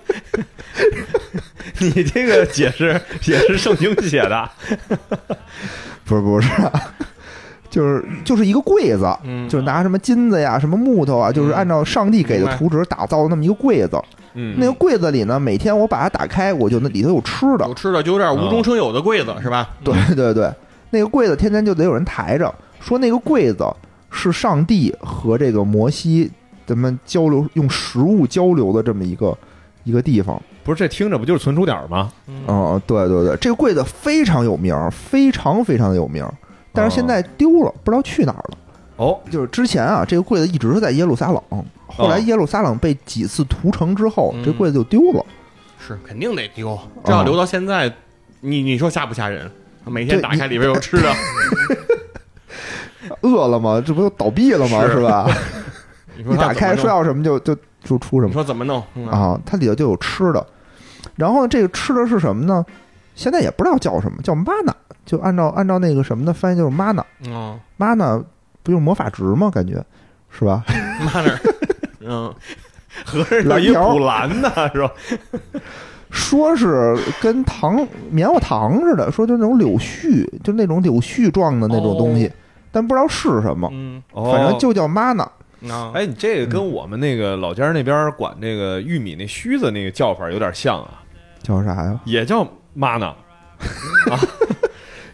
Speaker 3: 你这个解释 也是圣经写的，
Speaker 1: 不是不是 啊，就是就是一个柜子，
Speaker 2: 嗯，
Speaker 1: 就是拿什么金子呀、什么木头啊，就是按照上帝给
Speaker 2: 明
Speaker 1: 的
Speaker 2: 白
Speaker 1: 图纸打造的那么一个柜子。
Speaker 3: 嗯
Speaker 1: 那个柜子里呢，每天我把它打开，我就那里头有吃的
Speaker 2: 有。吃的就有点无中生有的柜子是吧？
Speaker 1: 对对对，那个柜子天天就得有人抬着，说那个柜子是上帝和这个摩西咱们交流用食物交流的这么一个一个地方。
Speaker 3: 不是这听着不就是存储点儿吗？
Speaker 1: 嗯，对对对，这个柜子非常有名儿，非常非常有名儿，但是现在丢了，不知道去哪儿了。
Speaker 3: 哦，
Speaker 1: 就是之前啊，这个柜子一直是在耶路撒冷，后来耶路撒冷被几次屠城之后，
Speaker 2: 哦嗯
Speaker 1: 这柜子就丢了。
Speaker 2: 是肯定得丢，
Speaker 1: 哦
Speaker 2: 这要留到现在，你你说吓不吓人？每天
Speaker 1: 对
Speaker 2: 打开里边有吃 的，
Speaker 1: 饿了吗？这不就倒闭了吗？
Speaker 2: 是
Speaker 1: 是 吧？
Speaker 2: 你说
Speaker 1: 一打开说
Speaker 2: 说，
Speaker 1: 要什么就就就出什
Speaker 2: 你
Speaker 1: 么
Speaker 2: 说怎么弄？嗯，
Speaker 1: 啊！它里头就有吃的，然后这个吃的是什么呢？现在也不知道叫什么，叫 mana，就按照按照那个什么的翻译就是 mana，mana
Speaker 2: 嗯，
Speaker 1: 不就是魔法值吗？感觉是吧？
Speaker 2: 妈 那儿，嗯，
Speaker 3: 合着
Speaker 1: 蓝
Speaker 3: 是一
Speaker 1: 条
Speaker 3: 古兰 呢，是吧？
Speaker 1: 说是跟糖棉花糖似的，说就那种柳絮，就那种柳絮状的那种东西，
Speaker 2: 哦
Speaker 1: 但不知道是什么，
Speaker 2: 嗯，
Speaker 3: 哦
Speaker 1: 反正就叫 mana。
Speaker 2: 啊，
Speaker 3: 哎，你这个跟我们那个老家儿那边儿管这个玉米那须子那个叫法有点像啊，
Speaker 1: 叫啥呀？
Speaker 3: 也叫妈呢，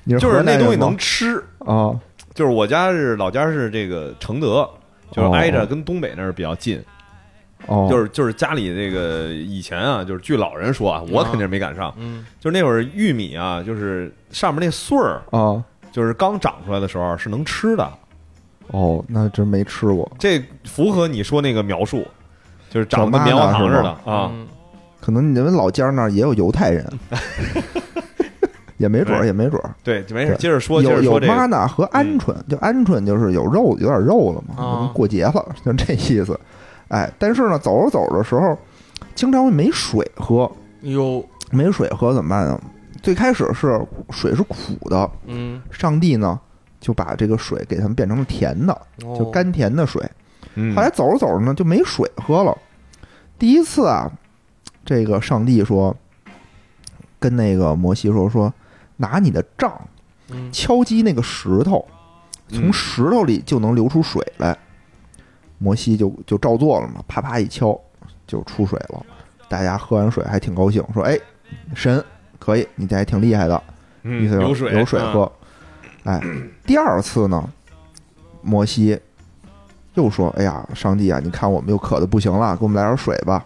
Speaker 1: 你
Speaker 3: 就是
Speaker 1: 河
Speaker 3: 那
Speaker 1: 南
Speaker 3: 东西
Speaker 1: 人吗
Speaker 3: 能吃。
Speaker 1: 啊？
Speaker 3: 就是我家是老家是这个承德，就是挨着跟东北那儿比较近。
Speaker 1: 哦，
Speaker 3: 就是就是家里那个以前啊，就是据老人说啊，我肯定是没赶上。
Speaker 2: 嗯，
Speaker 3: 就是那会儿玉米啊，就是上面那穗儿，
Speaker 1: 啊，
Speaker 3: 就是刚长出来的时候是能吃的，
Speaker 1: 哦，那真没吃过，
Speaker 3: 这符合你说那个描述，就是长得
Speaker 1: 长
Speaker 3: 跟
Speaker 1: 妈
Speaker 3: 棉花
Speaker 1: 呢
Speaker 3: 糖
Speaker 1: 是
Speaker 3: 似的
Speaker 1: 吗
Speaker 3: 啊。
Speaker 2: 嗯
Speaker 1: 可能你们老家那儿也有犹太 人，也没准儿，
Speaker 3: 对
Speaker 1: 也没准儿。
Speaker 3: 对，没事
Speaker 1: 对，
Speaker 3: 接着说，接
Speaker 1: 有
Speaker 3: 着
Speaker 1: 有
Speaker 3: 说这个。嗯
Speaker 1: mana 和鹌鹑，就鹌鹑就是有肉，有点肉了
Speaker 3: 哦
Speaker 1: 嘛，
Speaker 2: 啊
Speaker 1: 过节了， 就这意思。哎，但是呢，走着走着的时候，经常会没水喝，
Speaker 2: 哟，
Speaker 1: 没水喝怎么办呢？最开始是水是苦的，
Speaker 2: 嗯，
Speaker 1: 上帝呢就把这个水给他们变成了甜的，
Speaker 2: 哦
Speaker 1: 就甘甜的水。
Speaker 3: 嗯
Speaker 1: 后来走着走着呢，就没水喝了。第一次啊，这个上帝说，跟那个摩西说说，拿你的杖
Speaker 2: 嗯
Speaker 1: 敲击那个石头，从
Speaker 3: 嗯
Speaker 1: 石头里就能流出水来。摩西就就照做了嘛，啪啪一敲就出水了。大家喝完水还挺高兴，说：“哎，神可以，你这还挺厉害的。”
Speaker 3: 嗯
Speaker 1: 意思是
Speaker 3: 有水
Speaker 1: 有水
Speaker 3: 嗯
Speaker 1: 喝。哎，第二次呢，摩西又说：“哎呀，上帝啊，你看我们又渴的不行了，给我们来点水吧。”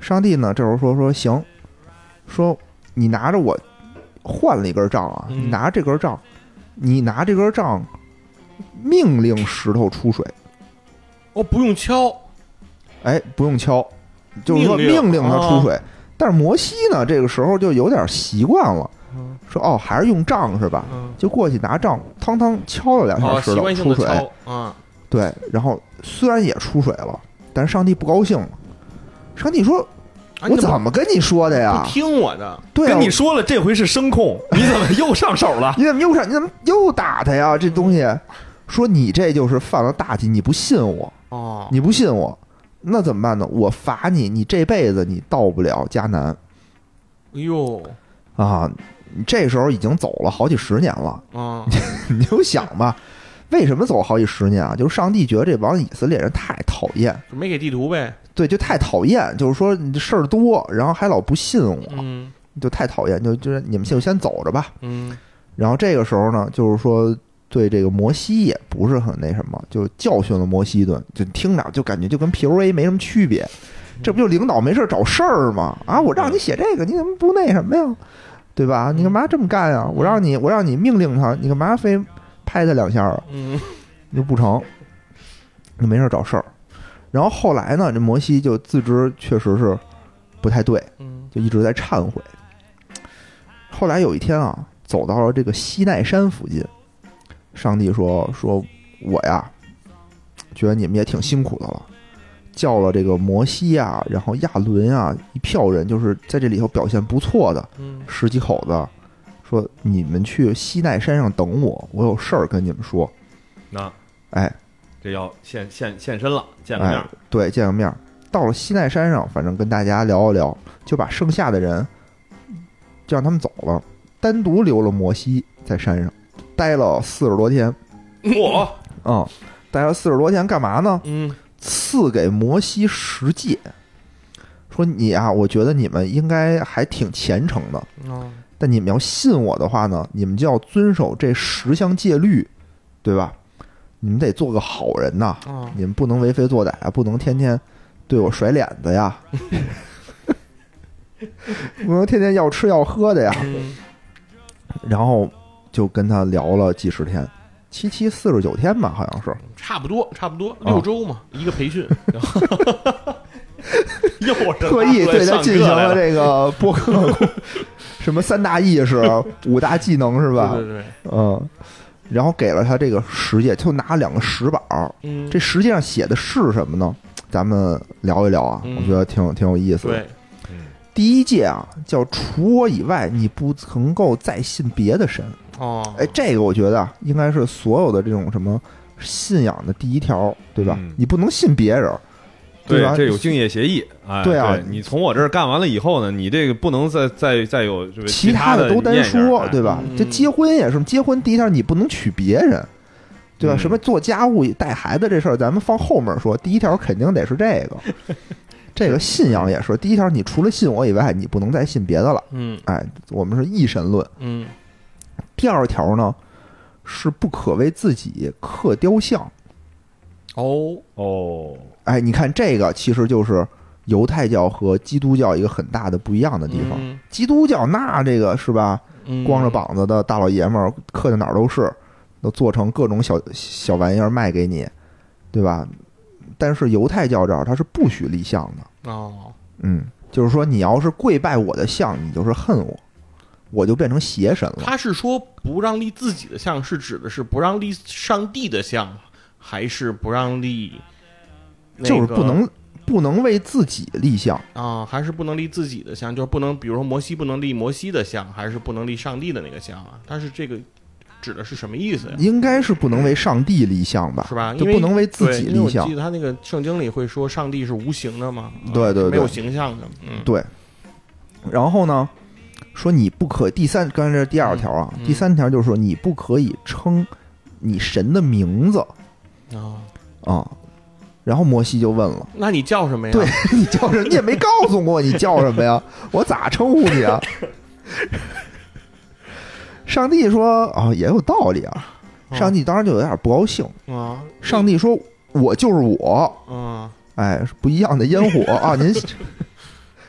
Speaker 1: 上帝呢，这时候说：“说行，说你拿着我换了一根杖啊，
Speaker 2: 嗯
Speaker 1: 你拿这根杖，你拿这根杖命令石头出水，
Speaker 2: 哦，不用敲，
Speaker 1: 哎，不用敲，就是说
Speaker 2: 命令
Speaker 1: 命令它出水。但是摩西呢，这个时候就有点习惯了，
Speaker 2: 嗯
Speaker 1: 说：“哦，还是用杖是吧？”
Speaker 2: 嗯，
Speaker 1: 就过去拿杖，汤汤敲了两下
Speaker 2: 哦，
Speaker 1: 石
Speaker 2: 习
Speaker 1: 头，
Speaker 2: 惯性
Speaker 1: 出
Speaker 2: 的
Speaker 1: 水。
Speaker 2: 敲，啊，
Speaker 1: 对，然后虽然也出水了，但是上帝不高兴了。上帝说：“
Speaker 2: 啊
Speaker 1: 我
Speaker 2: 你
Speaker 1: 怎么跟你说的
Speaker 2: 不
Speaker 1: 呀
Speaker 2: 不？听我的？
Speaker 1: 对啊，
Speaker 3: 跟你说了，这回是声 控，你怎么又上手了？
Speaker 1: 你怎么又上？你怎么又打他呀？这东西，说你这就是犯了大忌，你不信我，
Speaker 2: 哦，
Speaker 1: 你不信我，那怎么办呢？我罚你，你这辈子你到不了迦南
Speaker 2: 哎呦，
Speaker 1: 啊！你这时候已经走了好几十年了。”
Speaker 2: 啊，
Speaker 1: 你就想吧，为什么走好几十年啊？就是上帝觉得这帮以色列人太讨厌，
Speaker 2: 就没给地图呗？
Speaker 1: 对，就太讨厌，就是说你这事儿多，然后还老不信我，
Speaker 2: 嗯
Speaker 1: 就太讨厌，就就是你们就先走着吧。
Speaker 2: 嗯，
Speaker 1: 然后这个时候呢，就是说对这个摩西也不是很那什么，就教训了摩西一顿，就听着就感觉就跟 PUA 没什么区别，这不就领导没事儿找事儿吗？啊，我让你写这个，你怎么不那什么呀？对吧？你干嘛这么干啊？我让你我让你命令他，你干嘛非拍他两下啊？
Speaker 2: 嗯
Speaker 1: 又不成，就没事儿找事儿。然后后来呢，这摩西就自知确实是不太对，
Speaker 2: 嗯
Speaker 1: 就一直在忏悔。后来有一天啊，走到了这个西奈山附近，上帝说：“说我呀，觉得你们也挺辛苦的了。”叫了这个摩西啊，然后亚伦啊，一票人，就是在这里头表现不错的
Speaker 4: 嗯
Speaker 1: 十几口子，说你们去西奈山上等我，我有事儿跟你们说。
Speaker 3: 那
Speaker 1: 哎，
Speaker 3: 这要现现现身了，见个面
Speaker 1: 哎
Speaker 3: 儿，，
Speaker 1: 对，见个面儿。到了西奈山上，反正跟大家聊一聊，就把剩下的人就让他们走了，单独留了摩西在山上待了四十多天
Speaker 3: 我
Speaker 1: 啊、待了四十多天干嘛呢？
Speaker 2: 嗯，
Speaker 1: 赐给摩西十戒，说你啊，我觉得你们应该还挺虔诚的，
Speaker 4: 哦
Speaker 1: 但你们要信我的话呢，你们就要遵守这十项戒律，对吧？你们得做个好人呐。
Speaker 4: 哦，
Speaker 1: 你们不能为非作歹啊，不能天天对我甩脸子呀， 不能天天要吃要喝的呀。
Speaker 4: 嗯
Speaker 1: 然后就跟他聊了几十天，七七四十九天吧，好像 是。
Speaker 2: 差不多，差不多
Speaker 1: 啊
Speaker 2: 六周嘛，一个培训，
Speaker 3: 又是
Speaker 1: 特意对他进行了
Speaker 3: 这
Speaker 1: 这个播 客什么三大意识、五大技能是吧？
Speaker 2: 对对对，
Speaker 1: 嗯，然后给了他这个十戒，就拿两个石板儿。
Speaker 2: 嗯，
Speaker 1: 这实际上写的是什么呢？咱们聊一聊啊，
Speaker 2: 嗯
Speaker 1: 我觉得挺挺有意思的。
Speaker 2: 对，
Speaker 3: 嗯
Speaker 1: 第一戒啊，叫除我以外，你不能够再信别的神。
Speaker 4: 哦，
Speaker 1: 哎，这个我觉得啊，应该是所有的这种什么信仰的第一条，对吧？
Speaker 3: 嗯
Speaker 1: 你不能信别人，
Speaker 3: 对
Speaker 1: 吧？
Speaker 3: 这有竞业协议，哎，
Speaker 1: 啊对啊
Speaker 3: 你从我这儿干完了以后呢，你这个不能再再再有这个
Speaker 1: 其
Speaker 3: 他
Speaker 1: 他的都单
Speaker 3: 念想
Speaker 1: 说
Speaker 3: 哎，
Speaker 1: 对吧？
Speaker 2: 嗯
Speaker 1: 这结婚也是，结婚第一条你不能娶别人，对吧？
Speaker 3: 嗯
Speaker 1: 什么做家务、带孩子这事儿，咱们放后面说。第一条肯定得是这个， 这个信仰也是第一条。你除了信我以外，你不能再信别的了。
Speaker 4: 嗯
Speaker 1: 哎，我们是一神论。
Speaker 4: 嗯
Speaker 1: 第二条呢是不可为自己刻雕像。
Speaker 4: 哦，
Speaker 3: 哦，
Speaker 1: 哎，你看这个其实就是犹太教和基督教一个很大的不一样的地方。
Speaker 4: 嗯
Speaker 1: 基督教那这个是吧，
Speaker 4: 嗯
Speaker 1: 光着膀子的大老爷们儿刻的哪儿都是，都做成各种小小玩意儿卖给你，对吧？但是犹太教这儿它是不许立像的，
Speaker 4: 哦，
Speaker 1: 嗯，就是说你要是跪拜我的像，你就是恨我，我就变成邪神了。
Speaker 2: 他是说不让立自己的像，是指的是不让立上帝的像吗，还是不让立、那个？
Speaker 1: 就是不能不能为自己立像，
Speaker 2: 啊，还是不能立自己的像，就是不能，比如说摩西不能立摩西的像，还是不能立上帝的那个像啊？但是这个指的是什么意思呀？
Speaker 1: 应该是不能为上帝立像吧？
Speaker 2: 是吧？
Speaker 1: 就
Speaker 2: 因为
Speaker 1: 不能为自
Speaker 2: 对
Speaker 1: 己
Speaker 2: 因为
Speaker 1: 立
Speaker 2: 我
Speaker 1: 像
Speaker 2: 记。得他那个圣经里会说，上帝是无形的嘛，啊
Speaker 1: 对对
Speaker 2: 是没
Speaker 1: 对
Speaker 2: 有形象的。嗯，
Speaker 1: 对，然后呢，说你不可第三，刚才这是第二条啊，
Speaker 4: 嗯嗯
Speaker 1: 第三条就是说你不可以称你神的名字
Speaker 4: 哦，
Speaker 1: 啊。然后摩西就问了
Speaker 2: 那你叫什哎么呀？
Speaker 1: 对：“你叫什么？你也没告诉我你叫什么呀？ 我咋称呼你啊？”上帝说：“啊、也有道理啊。”
Speaker 2: 嗯
Speaker 1: 上帝当时就有点不高兴。
Speaker 2: 啊
Speaker 1: 上帝说：“我就是我，
Speaker 2: 啊！
Speaker 1: 哎，不一样的烟火 啊！您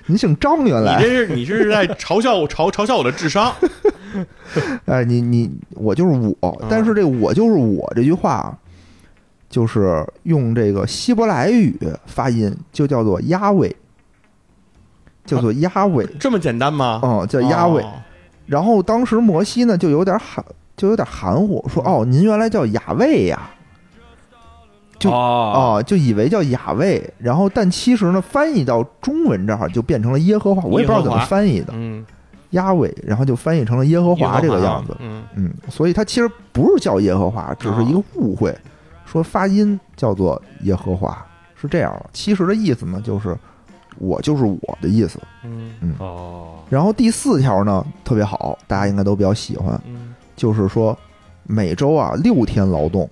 Speaker 1: 您姓张原
Speaker 2: 你
Speaker 1: 来
Speaker 2: 这，是你这是在嘲笑我嘲嘲笑我的智商。
Speaker 1: 哎，你你我就是
Speaker 2: 啊
Speaker 1: 我，但是这个“我就是我”这句话，就是用这个希伯来语发音，就叫做亚伟，叫做亚伟，
Speaker 2: 这么简单吗？
Speaker 1: 嗯，叫亚伟。
Speaker 2: 哦
Speaker 1: 然后当时摩西呢，就有点含，就有点含糊，
Speaker 2: 嗯
Speaker 1: 说：“哦，您原来叫雅卫呀。”就
Speaker 3: 哦
Speaker 1: 啊，就以为叫雅卫，然后但其实呢，翻译到中文这儿就变成了耶和华，我也不知道怎么
Speaker 2: 耶和华
Speaker 1: 翻译的
Speaker 2: 嗯，
Speaker 1: 亚伟，然后就翻译成了耶和华这个样子。
Speaker 2: 嗯
Speaker 1: 嗯，所以它其实不是叫耶和华，只是一个误会，说发音叫做耶和华是这样的。其实的意思呢，就是我就是我的意思。
Speaker 4: 嗯
Speaker 1: 啊
Speaker 3: 哦，
Speaker 1: 然后第四条呢特别好，大家应该都比较喜欢，
Speaker 4: 嗯
Speaker 1: 就是说每周啊六天劳动，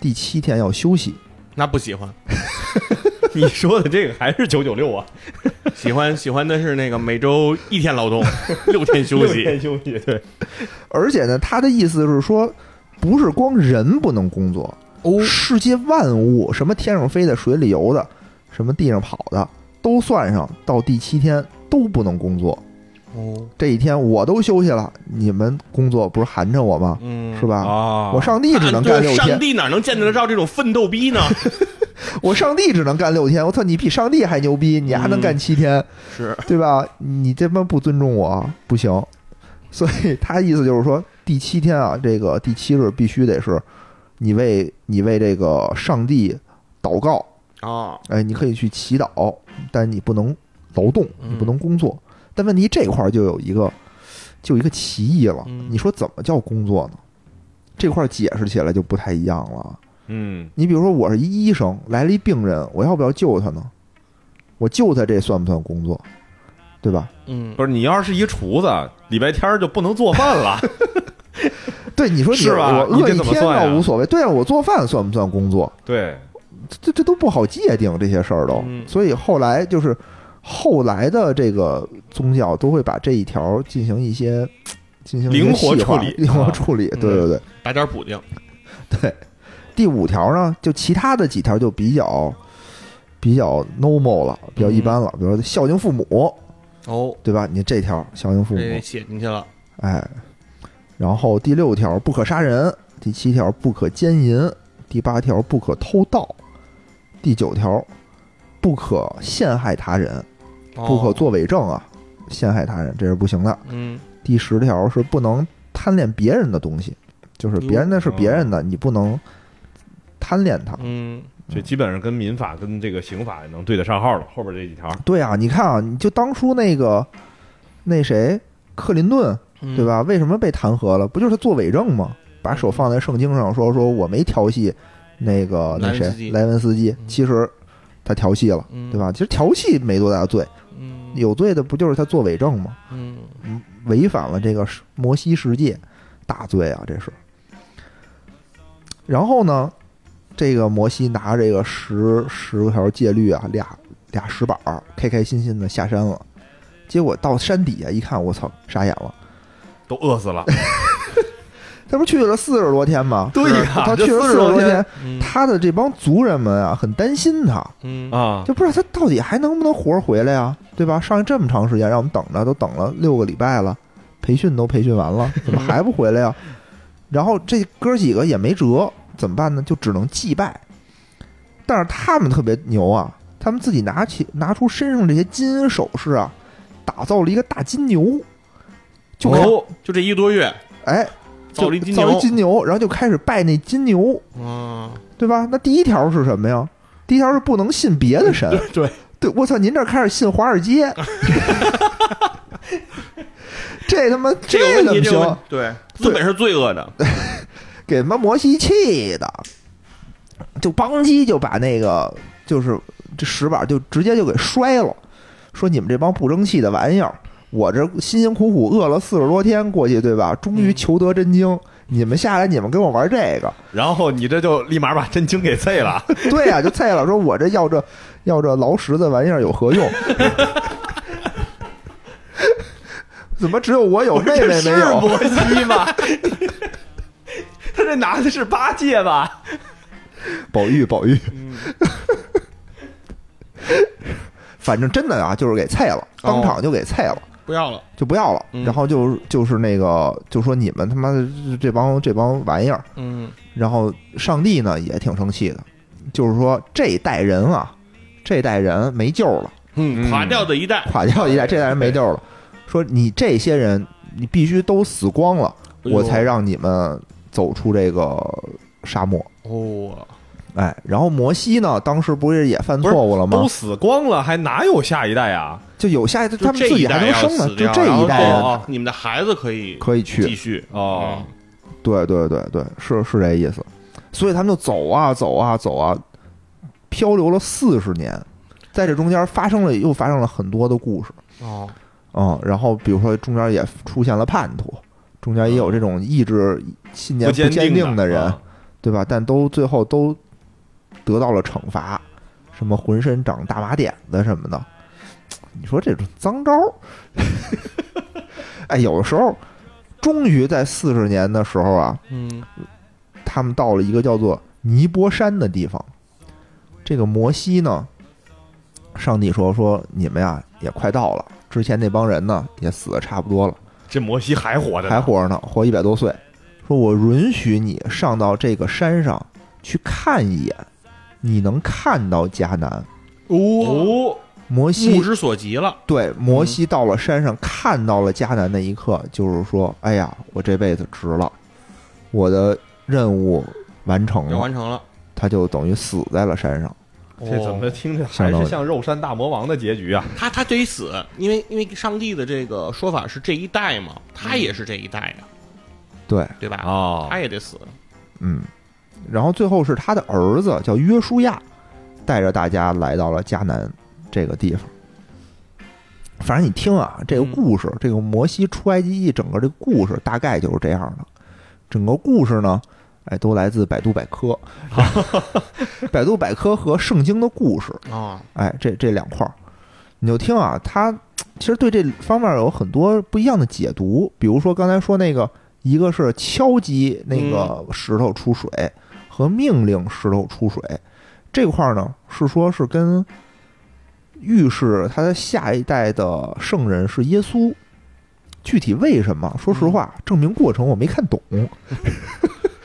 Speaker 1: 第七天要休息。
Speaker 2: 那不喜欢，
Speaker 3: 你说的这个还是九九六啊，
Speaker 2: 喜欢喜欢的是那个每周一天劳动， 六天休
Speaker 3: 六
Speaker 2: 息。
Speaker 3: 天休息，对，
Speaker 1: 而且呢，他的意思是说，不是光人不能工作，
Speaker 4: 哦
Speaker 1: 世界万物，什么天上飞的、水里游的、什么地上跑的，都算上，到第七天都不能工作。
Speaker 4: 哦，
Speaker 1: 这一天我都休息了，你们工作不是寒碜我吗？
Speaker 4: 嗯
Speaker 1: 是吧？
Speaker 3: 啊
Speaker 1: 我上帝只能干
Speaker 2: 哦对
Speaker 1: 六
Speaker 2: 上
Speaker 1: 天，
Speaker 2: 帝哪能见得着这种奋 斗逼呢？
Speaker 1: 我上帝只能干六天。我操，你比上帝还牛逼，你还能干七天，
Speaker 2: 是
Speaker 1: 对吧？你这么不尊重我，不行。所以他意思就是说，第七天啊，这个第七日必须得是你为你为这个上帝祷告，
Speaker 2: 啊，
Speaker 1: 哎，你可以去祈祷，但你不能劳动，
Speaker 2: 嗯
Speaker 1: 你不能工作。但问题这块儿就有一个就有一个歧义了
Speaker 2: 嗯，
Speaker 1: 你说怎么叫工作呢？这块儿解释起来就不太一样了。
Speaker 3: 嗯
Speaker 1: 你比如说，我是一医生，来了一病人，我要不要救他呢？我救他这算不算工作？对吧？
Speaker 2: 嗯，
Speaker 3: 不是你要是一厨子，礼拜天儿就不能做饭了。
Speaker 1: 对，你说你
Speaker 3: 是吧
Speaker 1: 我
Speaker 3: 你
Speaker 1: 饿
Speaker 3: 这
Speaker 1: 一
Speaker 3: 怎么
Speaker 1: 天
Speaker 3: 算呀
Speaker 1: 倒无所谓，对啊，我做饭算不算工作？
Speaker 3: 对，
Speaker 1: 这这这都不好界定这些事儿都
Speaker 2: 嗯，
Speaker 1: 所以后来就是后来的这个宗教都会把这一条进行一些进行一些
Speaker 3: 灵活
Speaker 1: 细化
Speaker 3: 处理
Speaker 1: 灵活
Speaker 3: 啊
Speaker 1: 处理，
Speaker 2: 嗯
Speaker 1: 对对对
Speaker 2: 打点补丁，
Speaker 1: 对。第五条呢，就其他的几条就比较比较 normal 了，
Speaker 3: 嗯
Speaker 1: 比较一般了，比如说孝敬父母，
Speaker 2: 哦，
Speaker 1: 对吧？你这条孝敬父母，
Speaker 2: 这写进去了，
Speaker 1: 哎，然后第六条不可杀人，第七条不可奸淫，第八条不可偷盗，第九条不可陷害他人，
Speaker 2: 哦
Speaker 1: 不可，作伪证啊，陷害他人这是不行的。
Speaker 2: 嗯，
Speaker 1: 第十条是不能贪恋别人的东西，就是别人的是别人的，你不能贪恋它。
Speaker 2: 嗯，
Speaker 3: 这基本上跟民法跟这个刑法也能对得上号了。后边这几条，
Speaker 1: 对啊，你看啊，你就当初那个那谁克林顿
Speaker 2: 嗯
Speaker 1: 对？吧？为什么被弹劾了？不就是作伪证吗？把手放在圣经上说说我没调戏那个那
Speaker 2: 嗯莱文斯
Speaker 1: 谁
Speaker 2: 基
Speaker 1: 莱文斯基，
Speaker 2: 嗯
Speaker 1: 其实他调戏了，
Speaker 2: 嗯
Speaker 1: 对吧？其实调戏没多大罪，
Speaker 2: 嗯，
Speaker 1: 有罪的不就是他作伪证吗？
Speaker 2: 嗯，
Speaker 1: 嗯违反了这个摩西世界，大罪啊，这是。然后呢，这个摩西拿这个十十条戒律啊，俩俩石板儿，开开心心的下山了。结果到山底下一看，我操，傻眼了。
Speaker 3: 都饿死了。
Speaker 1: 他不是去了四十多天吗？
Speaker 3: 对呀
Speaker 1: 他
Speaker 3: 这
Speaker 1: 去了
Speaker 3: 40
Speaker 1: 四十
Speaker 3: 多
Speaker 1: 多
Speaker 3: 天
Speaker 1: 天，
Speaker 2: 嗯
Speaker 1: 他的这帮族人们啊，很担心他，
Speaker 2: 嗯
Speaker 3: 啊，
Speaker 1: 就不知道他到底还能不能活着回来呀、对吧？上这么长时间，让我们等着，都等了六个礼拜了，培训都培训完 了，怎么还不回来呀、然后这哥几个也没辙，怎么办呢？就只能祭拜。但是他们特别牛啊，他们自己拿起拿出身上这些金银首饰啊，打造了一个大金牛，就开、
Speaker 2: 哦，就这一个多月，
Speaker 1: 哎，就
Speaker 2: 造了一金
Speaker 1: 造一
Speaker 2: 牛，
Speaker 1: 金牛，然后就开始拜那金牛，
Speaker 2: 嗯，
Speaker 1: 对吧？那第一条是什么呀？第一条是不能信别的神。
Speaker 2: 对，
Speaker 1: 对，我操，您这开始信华尔 街，这他妈
Speaker 2: 这个
Speaker 1: 怎
Speaker 2: 问
Speaker 1: 么
Speaker 2: 题，这个问
Speaker 1: 行
Speaker 2: 题？对，资本是罪恶的，
Speaker 1: 给他妈摩西气的，就邦基就把那个就是这石板就直接就给摔了，说你们这帮不争气的玩意儿，我这辛辛苦苦饿了四十多天过去，对吧？终
Speaker 2: 嗯
Speaker 1: 于求得真经，你们下来你们跟我玩这个，
Speaker 3: 然后你这就立马把真经给碎了。
Speaker 1: 对啊呀、就菜了，说我这要这要这劳什子玩意儿有何用？ 怎么只有我有，妹妹没
Speaker 3: 是
Speaker 1: 有？
Speaker 3: 摩西吗？ 他这拿的是八戒吧？
Speaker 1: 宝玉，宝玉， 反正真的啊，就是给菜了，当场就给菜了，
Speaker 2: 不要了，
Speaker 1: 就不要了。
Speaker 2: 嗯
Speaker 1: 然后就就是那个，就说你们他妈的这帮这帮玩意儿。
Speaker 2: 嗯
Speaker 1: 然后上帝呢也挺生气的，就是说这一代人啊，这代人没救了。
Speaker 2: 嗯，垮掉的一代，
Speaker 1: 垮掉一代，这代人没救了。说你这些人，你必须都死光了，
Speaker 2: 哎呦
Speaker 1: 我才让你们走出这个沙漠。
Speaker 2: 哦，
Speaker 1: 哎，然后摩西呢，当时不是也犯错误了吗
Speaker 3: 都？死光了，还哪有下一代啊？
Speaker 1: 就有下一代，
Speaker 2: 就
Speaker 1: 他们
Speaker 2: 这
Speaker 1: 自
Speaker 2: 一
Speaker 1: 己还
Speaker 2: 代
Speaker 1: 能
Speaker 2: 要
Speaker 1: 生呢，
Speaker 2: 死
Speaker 1: 就
Speaker 2: 掉
Speaker 1: 这
Speaker 2: 然后
Speaker 1: 一代人
Speaker 3: 哦
Speaker 2: 你们的孩子可以
Speaker 1: 可以
Speaker 2: 继
Speaker 1: 去。
Speaker 2: 续，
Speaker 3: 哦，
Speaker 1: 对对对对，是是这意思。所以他们就走啊走啊走啊，漂流了四十年，在这中间发生了又发生了很多的故事。
Speaker 2: 哦，
Speaker 1: 嗯，然后比如说中间也出现了叛徒，中间也有这种意志信嗯念不坚定的嗯人，
Speaker 3: 啊
Speaker 1: 对吧？但都最后都得到了惩罚，什么浑身长大麻点子什么的。你说这种脏招儿， 哎，有的时候，终于在四十年的时候啊，
Speaker 2: 嗯，
Speaker 1: 他们到了一个叫做尼波山的地方。这个摩西呢，上帝说说你们呀也快到了，之前那帮人呢也死的差不多了，
Speaker 3: 这摩西还活着，
Speaker 1: 还。活着呢，活一百多岁。说我允许你上到这个山上去看一眼，你能看到迦南。
Speaker 2: 哦，
Speaker 1: 摩西
Speaker 2: 目之所及了，
Speaker 1: 对摩西到了山上看到了迦南那一刻，就是说，哎呀，我这辈子值了，我的任务完成
Speaker 2: 要
Speaker 1: 了，
Speaker 2: 完成了。
Speaker 1: 他就等于死在了山上。
Speaker 3: 这怎么听着
Speaker 1: 想
Speaker 3: 还
Speaker 1: 到
Speaker 3: 是像肉山大魔王的结局啊？
Speaker 2: 他他得死，因为因为上帝的这个说法是这一代嘛，他也是这一代呀、
Speaker 1: 嗯对，
Speaker 2: 对吧？
Speaker 3: 哦
Speaker 2: 他也得死。
Speaker 1: 嗯，然后最后是他的儿子叫约书亚，带着大家来到了迦南这个地方。反正你听啊，这个故事，这个摩西出埃及记整个这个故事大概就是这样的。整个故事呢，哎，都来自百度百科，百度百科和圣经的故事，
Speaker 2: 啊，
Speaker 1: 哎，这这两块儿，你就听啊，他其实对这方面有很多不一样的解读。比如说刚才说那个，一个是敲击那个石头出水，和命令石头出水这块儿呢，是说是跟预示他的下一代的圣人是耶稣。具体为什么？说实话，证明过程我没看懂。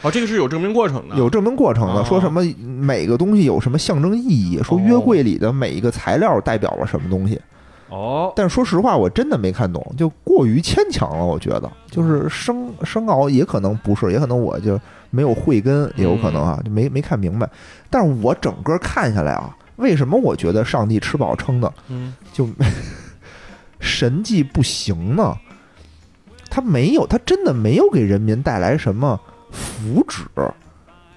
Speaker 2: 哦，这个是有证明过程的。
Speaker 1: 有证明过程的，
Speaker 2: 哦
Speaker 1: 说什么每个东西有什么象征意义，说约柜里的每一个材料代表了什么东西。
Speaker 3: 哦，
Speaker 1: 但说实话，我真的没看懂，就过于牵强了。我觉得就是生生熬也可能不是，也可能我就没有慧根，也有可能啊，就没没看明白。但是我整个看下来啊，为什么我觉得上帝吃饱撑的
Speaker 2: 嗯，
Speaker 1: 就 神迹不行呢？他没有，他真的没有给人民带来什么福祉，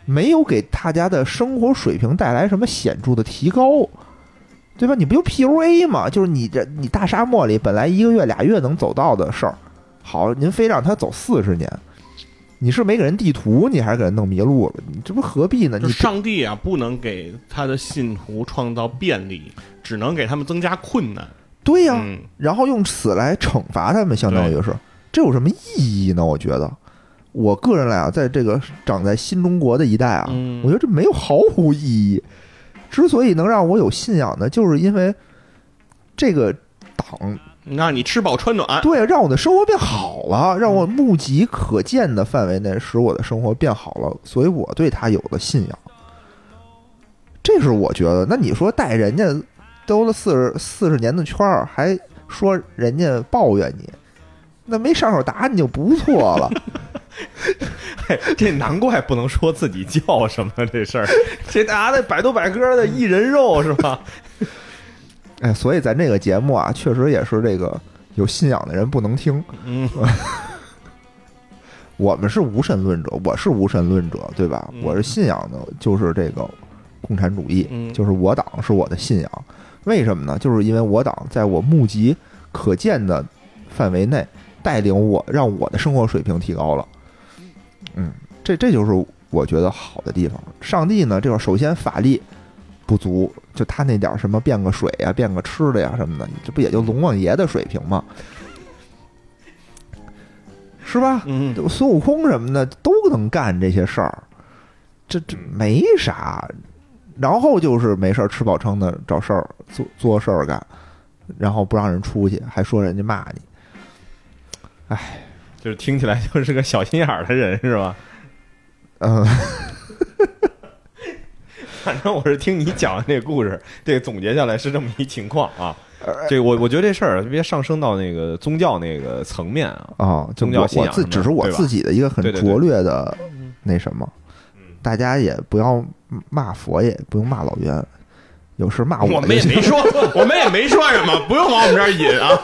Speaker 1: 没有给大家的生活水平带来什么显著的提高，对吧？你不就 PUA 吗？就是你这你大沙漠里本来一个月俩月能走到的事儿，好，您非让他走四十年，你是没给人地图，你还是给人弄迷路了，你这不何必呢？
Speaker 2: 就
Speaker 1: 你
Speaker 2: 是上帝啊，不能给他的信徒创造便利，只能给他们增加困难。
Speaker 1: 对啊呀、
Speaker 2: 嗯，
Speaker 1: 然后用此来惩罚他们，相当于是，这有什么意义呢？我觉得，我个人来啊，在这个长在新中国的一代啊，
Speaker 2: 嗯
Speaker 1: 我觉得这没有毫无意义。之所以能让我有信仰呢，就是因为这个党
Speaker 2: 让你吃饱穿暖。
Speaker 1: 对啊让我的生活变好了，让我目及可见的范围内使我的生活变好了，所以我对他有了信仰。这是我觉得。那你说带人家兜了四十四十年的圈儿，还说人家抱怨你，那没上手打你就不错了。
Speaker 3: 嘿 这难怪不能说自己叫什么这事儿，这大家在百度百科的一人肉是吧？
Speaker 1: 哎，所以咱这个节目啊，确实也是这个有信仰的人不能听。
Speaker 2: 嗯，
Speaker 1: 我们是无神论者，我是无神论者，对吧？
Speaker 2: 嗯
Speaker 1: 我是信仰的，就是这个共产主义，
Speaker 2: 嗯
Speaker 1: 就是我党是我的信仰。为什么呢？就是因为我党在我目及可见的范围内带领我，让我的生活水平提高了。嗯，这这就是我觉得好的地方。上帝呢，这个首先法力不足，就他那点儿什么变个水呀、变个吃的呀什么的，这不也就龙王爷的水平吗？是吧？
Speaker 2: 嗯，
Speaker 1: 孙悟空什么的都能干这些事儿，这这没啥。然后就是没事儿吃饱撑的找事儿做做事儿干，然后不让人出去，还说人家骂你。
Speaker 3: 就是听起来就是个小心眼儿的人是吧？
Speaker 1: 嗯，
Speaker 3: 反正我是听你讲的这个故事，这个总结下来是这么一情况啊。这我我觉得这事儿别上升到那个宗教那个层面啊。
Speaker 1: 哦，就
Speaker 3: 宗教
Speaker 1: 我
Speaker 3: 信
Speaker 1: 我
Speaker 3: 仰
Speaker 1: 自
Speaker 3: 什么
Speaker 1: 只
Speaker 3: 的
Speaker 1: 是我
Speaker 3: 对吧
Speaker 1: 自己的一个很
Speaker 3: 对对对嗯
Speaker 1: 拙劣的那什么，大家也不要骂佛爷，不用骂老袁，有事骂
Speaker 2: 嗯我
Speaker 1: 我
Speaker 2: 们
Speaker 1: 就
Speaker 2: 也
Speaker 1: 行。
Speaker 2: 没说，我们也没说什么，不用往我们这儿引啊，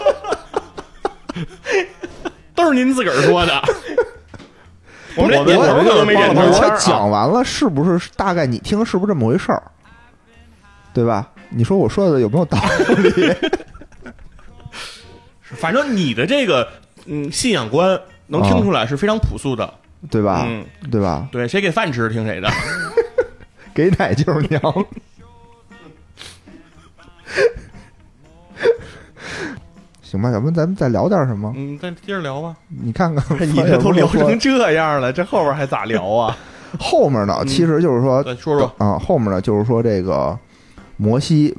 Speaker 2: 都是您自个儿说的。我们连点头都没点
Speaker 3: 我
Speaker 2: 头
Speaker 3: 们
Speaker 1: 我
Speaker 3: 签
Speaker 1: 我
Speaker 3: 儿啊
Speaker 1: 讲完了，是不是大概你听是不是这么回事儿？对吧？你说我说的有没有道理？
Speaker 2: 反正你的这个嗯信仰观能听出来是非常朴素的，
Speaker 1: 对吧？
Speaker 2: 嗯，
Speaker 1: 对吧？
Speaker 2: 对，谁给饭吃听谁的，
Speaker 1: 给奶就是娘。 行吧，要不咱们再聊点什么？
Speaker 2: 嗯，咱接着聊吧。
Speaker 1: 你看看
Speaker 3: 你
Speaker 1: 发现
Speaker 3: 这都
Speaker 1: 不
Speaker 3: 聊
Speaker 1: 是说
Speaker 3: 成这样了，这后边还咋聊啊？
Speaker 1: 后面
Speaker 3: 嗯
Speaker 1: 呢？其实就是说
Speaker 2: 再说说，
Speaker 1: 啊，后面呢就是说这个摩西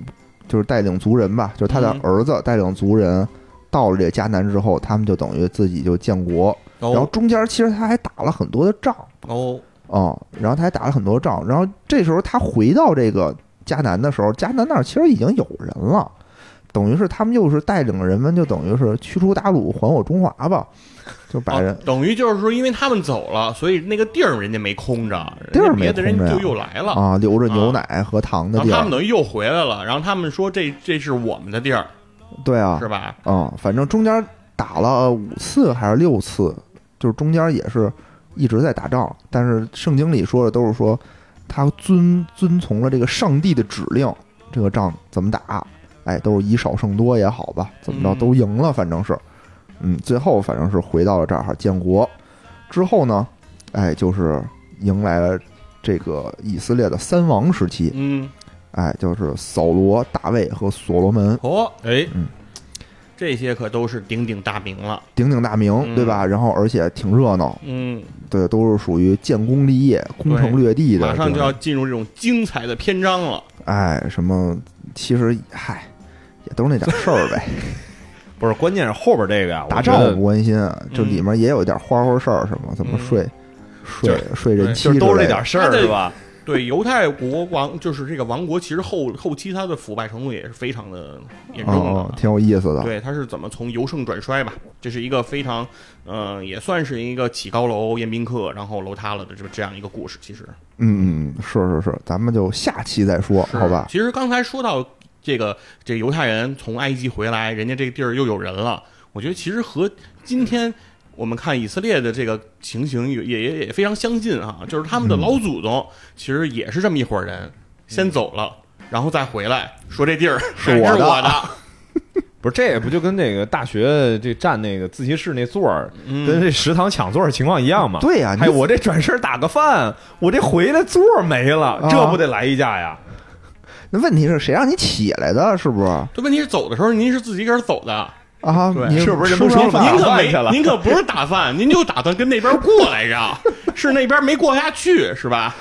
Speaker 1: 就是带领族人吧，就是他的
Speaker 2: 嗯
Speaker 1: 儿子带领族人到了这迦南之后，他们就等于自己就建国，然后
Speaker 2: 哦
Speaker 1: 中间其实他还打了很多的仗
Speaker 2: 哦，
Speaker 1: 啊、然后他还打了很多仗，然后这时候他回到这个迦南的时候，迦南那儿其实已经有人了，等于是他们又是带领人们，就等于是驱除鞑虏，还我中华吧，就把人
Speaker 2: 哦、等于就是说，因为他们走了，所以那个地儿人家没空着，
Speaker 1: 地儿
Speaker 2: 人家
Speaker 1: 没
Speaker 2: 别的人
Speaker 1: 空着呀
Speaker 2: 就又来了。
Speaker 1: 啊留着牛奶和糖的
Speaker 2: 然后
Speaker 1: 地
Speaker 2: 啊他
Speaker 1: 儿
Speaker 2: 们，等于又回来了，然后他们说这这是我们的地儿，
Speaker 1: 对啊，
Speaker 2: 是吧？
Speaker 1: 嗯，反正中间打了五次还是六次，就是中间也是一直在打仗，但是圣经里说的都是说他遵遵从了这个上帝的指令，这个仗怎么打，哎，都是以少胜多也好吧，怎么着
Speaker 2: 嗯
Speaker 1: 都赢了，反正是，嗯，最后反正是回到了这儿哈建国之后呢，哎，就是迎来了这个以色列的三王时期，
Speaker 2: 嗯，
Speaker 1: 哎，就是扫罗、大卫和所罗门，
Speaker 2: 哦，
Speaker 3: 哎，
Speaker 1: 嗯
Speaker 2: 这些可都是鼎鼎大名了。
Speaker 1: 鼎鼎大名，
Speaker 2: 嗯
Speaker 1: 对吧？然后而且挺热闹，
Speaker 2: 嗯，
Speaker 1: 对，都是属于建功立业、攻城略地的。
Speaker 2: 马上就
Speaker 1: 这种
Speaker 2: 要进入这种精彩的篇章了。
Speaker 1: 哎，什么？其实嗨，也都是那点事儿 呗，
Speaker 3: 不是，关键是后边这个呀，啊
Speaker 1: 打
Speaker 3: 我
Speaker 1: 仗
Speaker 3: 觉
Speaker 1: 我
Speaker 3: 得
Speaker 1: 不关心
Speaker 3: 嗯
Speaker 1: 啊，这里面也有点花花事儿，什么怎么
Speaker 2: 嗯
Speaker 1: 睡、睡睡人妻
Speaker 3: 就是都是
Speaker 1: 之
Speaker 3: 这
Speaker 1: 类的
Speaker 3: 点事儿，
Speaker 2: 他得
Speaker 3: 是吧？
Speaker 2: 对，犹太国王就是这个王国，其实后后期它的腐败程度也是非常的严重的
Speaker 1: 哦
Speaker 2: 啊。，
Speaker 1: 挺有意思的。
Speaker 2: 对，它是怎么从由盛转衰吧？这是一个非常，呃，也算是一个起高楼宴宾客，然后楼塌了的这这样一个故事。其实，
Speaker 1: 嗯嗯，是是是，咱们就下期再说，
Speaker 2: 是
Speaker 1: 好吧？
Speaker 2: 其实刚才说到这个，这犹太人从埃及回来，人家这个地儿又有人了。我觉得其实和今天我们看以色列的这个情形也也也也非常相近啊，就是他们的老祖宗其实也是这么一伙人，先走了，然后再回来，说这地儿
Speaker 1: 是
Speaker 2: 我
Speaker 1: 我的
Speaker 2: 的，
Speaker 3: 不是，这也不就跟那个大学这占那个自习室那座儿，跟
Speaker 2: 嗯，
Speaker 3: 这食堂抢座儿情况一样嘛？
Speaker 1: 对呀、
Speaker 3: 还有
Speaker 1: 你
Speaker 3: 我这转身打个饭，我这回来座儿没了
Speaker 1: 啊，
Speaker 3: 这不得来一架呀？
Speaker 1: 那问题是谁让你起来的？是不是啊？
Speaker 2: 这问题是走的时候您是自己一个人走的，
Speaker 3: 对
Speaker 1: 你
Speaker 3: 是不是
Speaker 1: 吃
Speaker 3: 人
Speaker 1: 不
Speaker 3: 都
Speaker 1: 上
Speaker 3: 说
Speaker 1: 饭
Speaker 2: 您
Speaker 3: 了打
Speaker 2: 可
Speaker 3: 饭
Speaker 2: 没
Speaker 3: 去了
Speaker 2: 您可不是打饭，您就打算跟那边过来着，是那边没过下去是吧？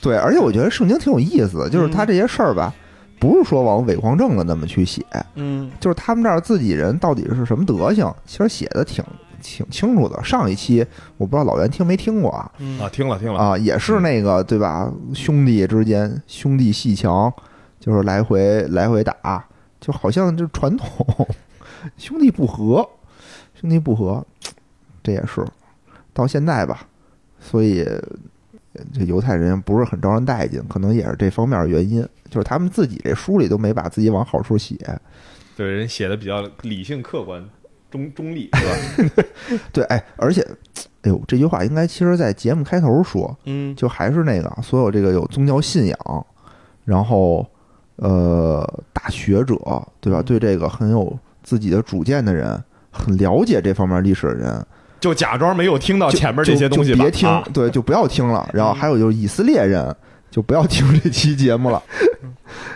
Speaker 1: 对，而且我觉得圣经挺有意思的，就是他这些事儿吧，不是说往伪光正的那么去写，
Speaker 2: 嗯
Speaker 1: 就是他们这儿自己人到底是什么德行，其实写的挺挺清楚的。上一期我不知道老袁听没听过啊，
Speaker 2: 嗯
Speaker 3: 啊，听了听了，
Speaker 1: 啊，也是那个对吧？兄弟之间兄弟戏强，就是来回来回打，就好像就传统兄弟不和，兄弟不和，这也是到现在吧。所以呃这犹太人不是很招人待见，可能也是这方面的原因，就是他们自己这书里都没把自己往好处写。
Speaker 3: 对人写的比较理性、客观、中中立，是吧？
Speaker 1: 对，哎，而且，哎呦，这句话应该其实在节目开头说，
Speaker 2: 嗯，
Speaker 1: 就还是那个所有这个有宗教信仰，然后呃大学者对
Speaker 3: 嗯
Speaker 1: 吧？对这个很有自己的主见的人，很了解这方面历史的人，
Speaker 3: 就假装没有听到
Speaker 1: 就
Speaker 3: 啊前面这些东
Speaker 1: 就
Speaker 3: 西吧。
Speaker 1: 就别听，
Speaker 3: 啊
Speaker 1: 对，就不要听了。然后还有就是以色列人，就不要听这期节 目了。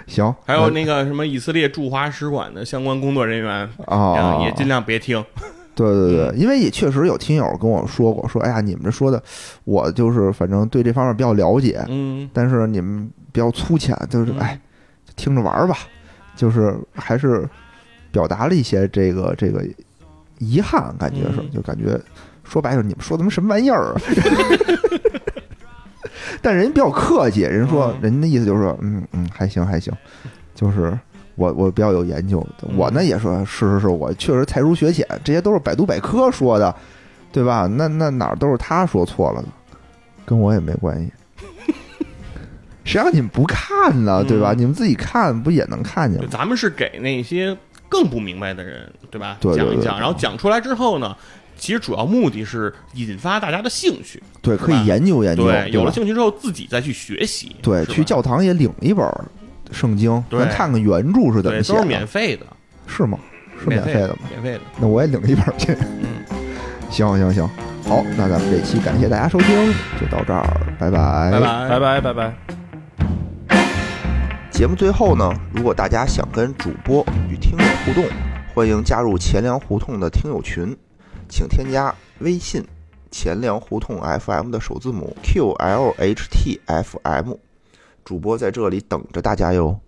Speaker 1: 行，
Speaker 2: 还有那个什么以色列驻华使馆的相关工作人员，
Speaker 1: 那啊，
Speaker 2: 也尽量嗯别听。
Speaker 1: 对对对，因为也确实有听友跟我说过，说哎呀，你们这说的，我就是反正对这方面比较了解，
Speaker 2: 嗯，
Speaker 1: 但是你们比较粗浅，就是
Speaker 2: 嗯
Speaker 1: 哎，就听着玩儿吧，就是还是表达了一些这个这个遗憾，感觉是，
Speaker 2: 嗯
Speaker 1: 就感觉说白了，你们说他妈什么玩意 儿啊？但人比较客气，人说
Speaker 2: 嗯
Speaker 1: 人的意思就是说，嗯嗯，还行还行，就是我我比较有研究，
Speaker 2: 嗯
Speaker 1: 我呢也说是是是，我确实才疏学浅，这些都是百度百科说的，对吧？那那哪儿都是他说错了的，跟我也没关 系。谁让你们不看呢？对吧？
Speaker 2: 嗯
Speaker 1: 你们自己看不也能看见
Speaker 2: 就
Speaker 1: 吗？
Speaker 2: 咱们是给那些更不明白的人，对吧？
Speaker 1: 对对
Speaker 2: 讲
Speaker 1: 对
Speaker 2: 一讲，
Speaker 1: 对
Speaker 2: 然后讲出来之后呢，其实主要目的是引发大家的兴趣。
Speaker 1: 对，可以
Speaker 2: 吧
Speaker 1: 研究研究，对，
Speaker 2: 有了
Speaker 1: 吧
Speaker 2: 兴趣之后，自己再去学习。
Speaker 1: 对，
Speaker 2: 是吧
Speaker 1: 去教堂也领一本圣经，
Speaker 2: 对
Speaker 1: 能看看原著是怎
Speaker 2: 对
Speaker 1: 么写
Speaker 2: 都是
Speaker 1: 的，
Speaker 2: 免费的，
Speaker 1: 是吗？是免费的吗？
Speaker 2: 免费的。嗯
Speaker 1: 那我也领一本儿去。行行行，好，那咱们这期感谢大家收听，就到这儿，拜拜，
Speaker 2: 拜拜
Speaker 3: 拜拜拜拜。
Speaker 1: 节目最后呢，如果大家想跟主播与听友互动，欢迎加入钱粮胡同的听友群，请添加微信“钱粮胡同 FM” 的首字母 “QLHTFM”，主播在这里等着大家哟。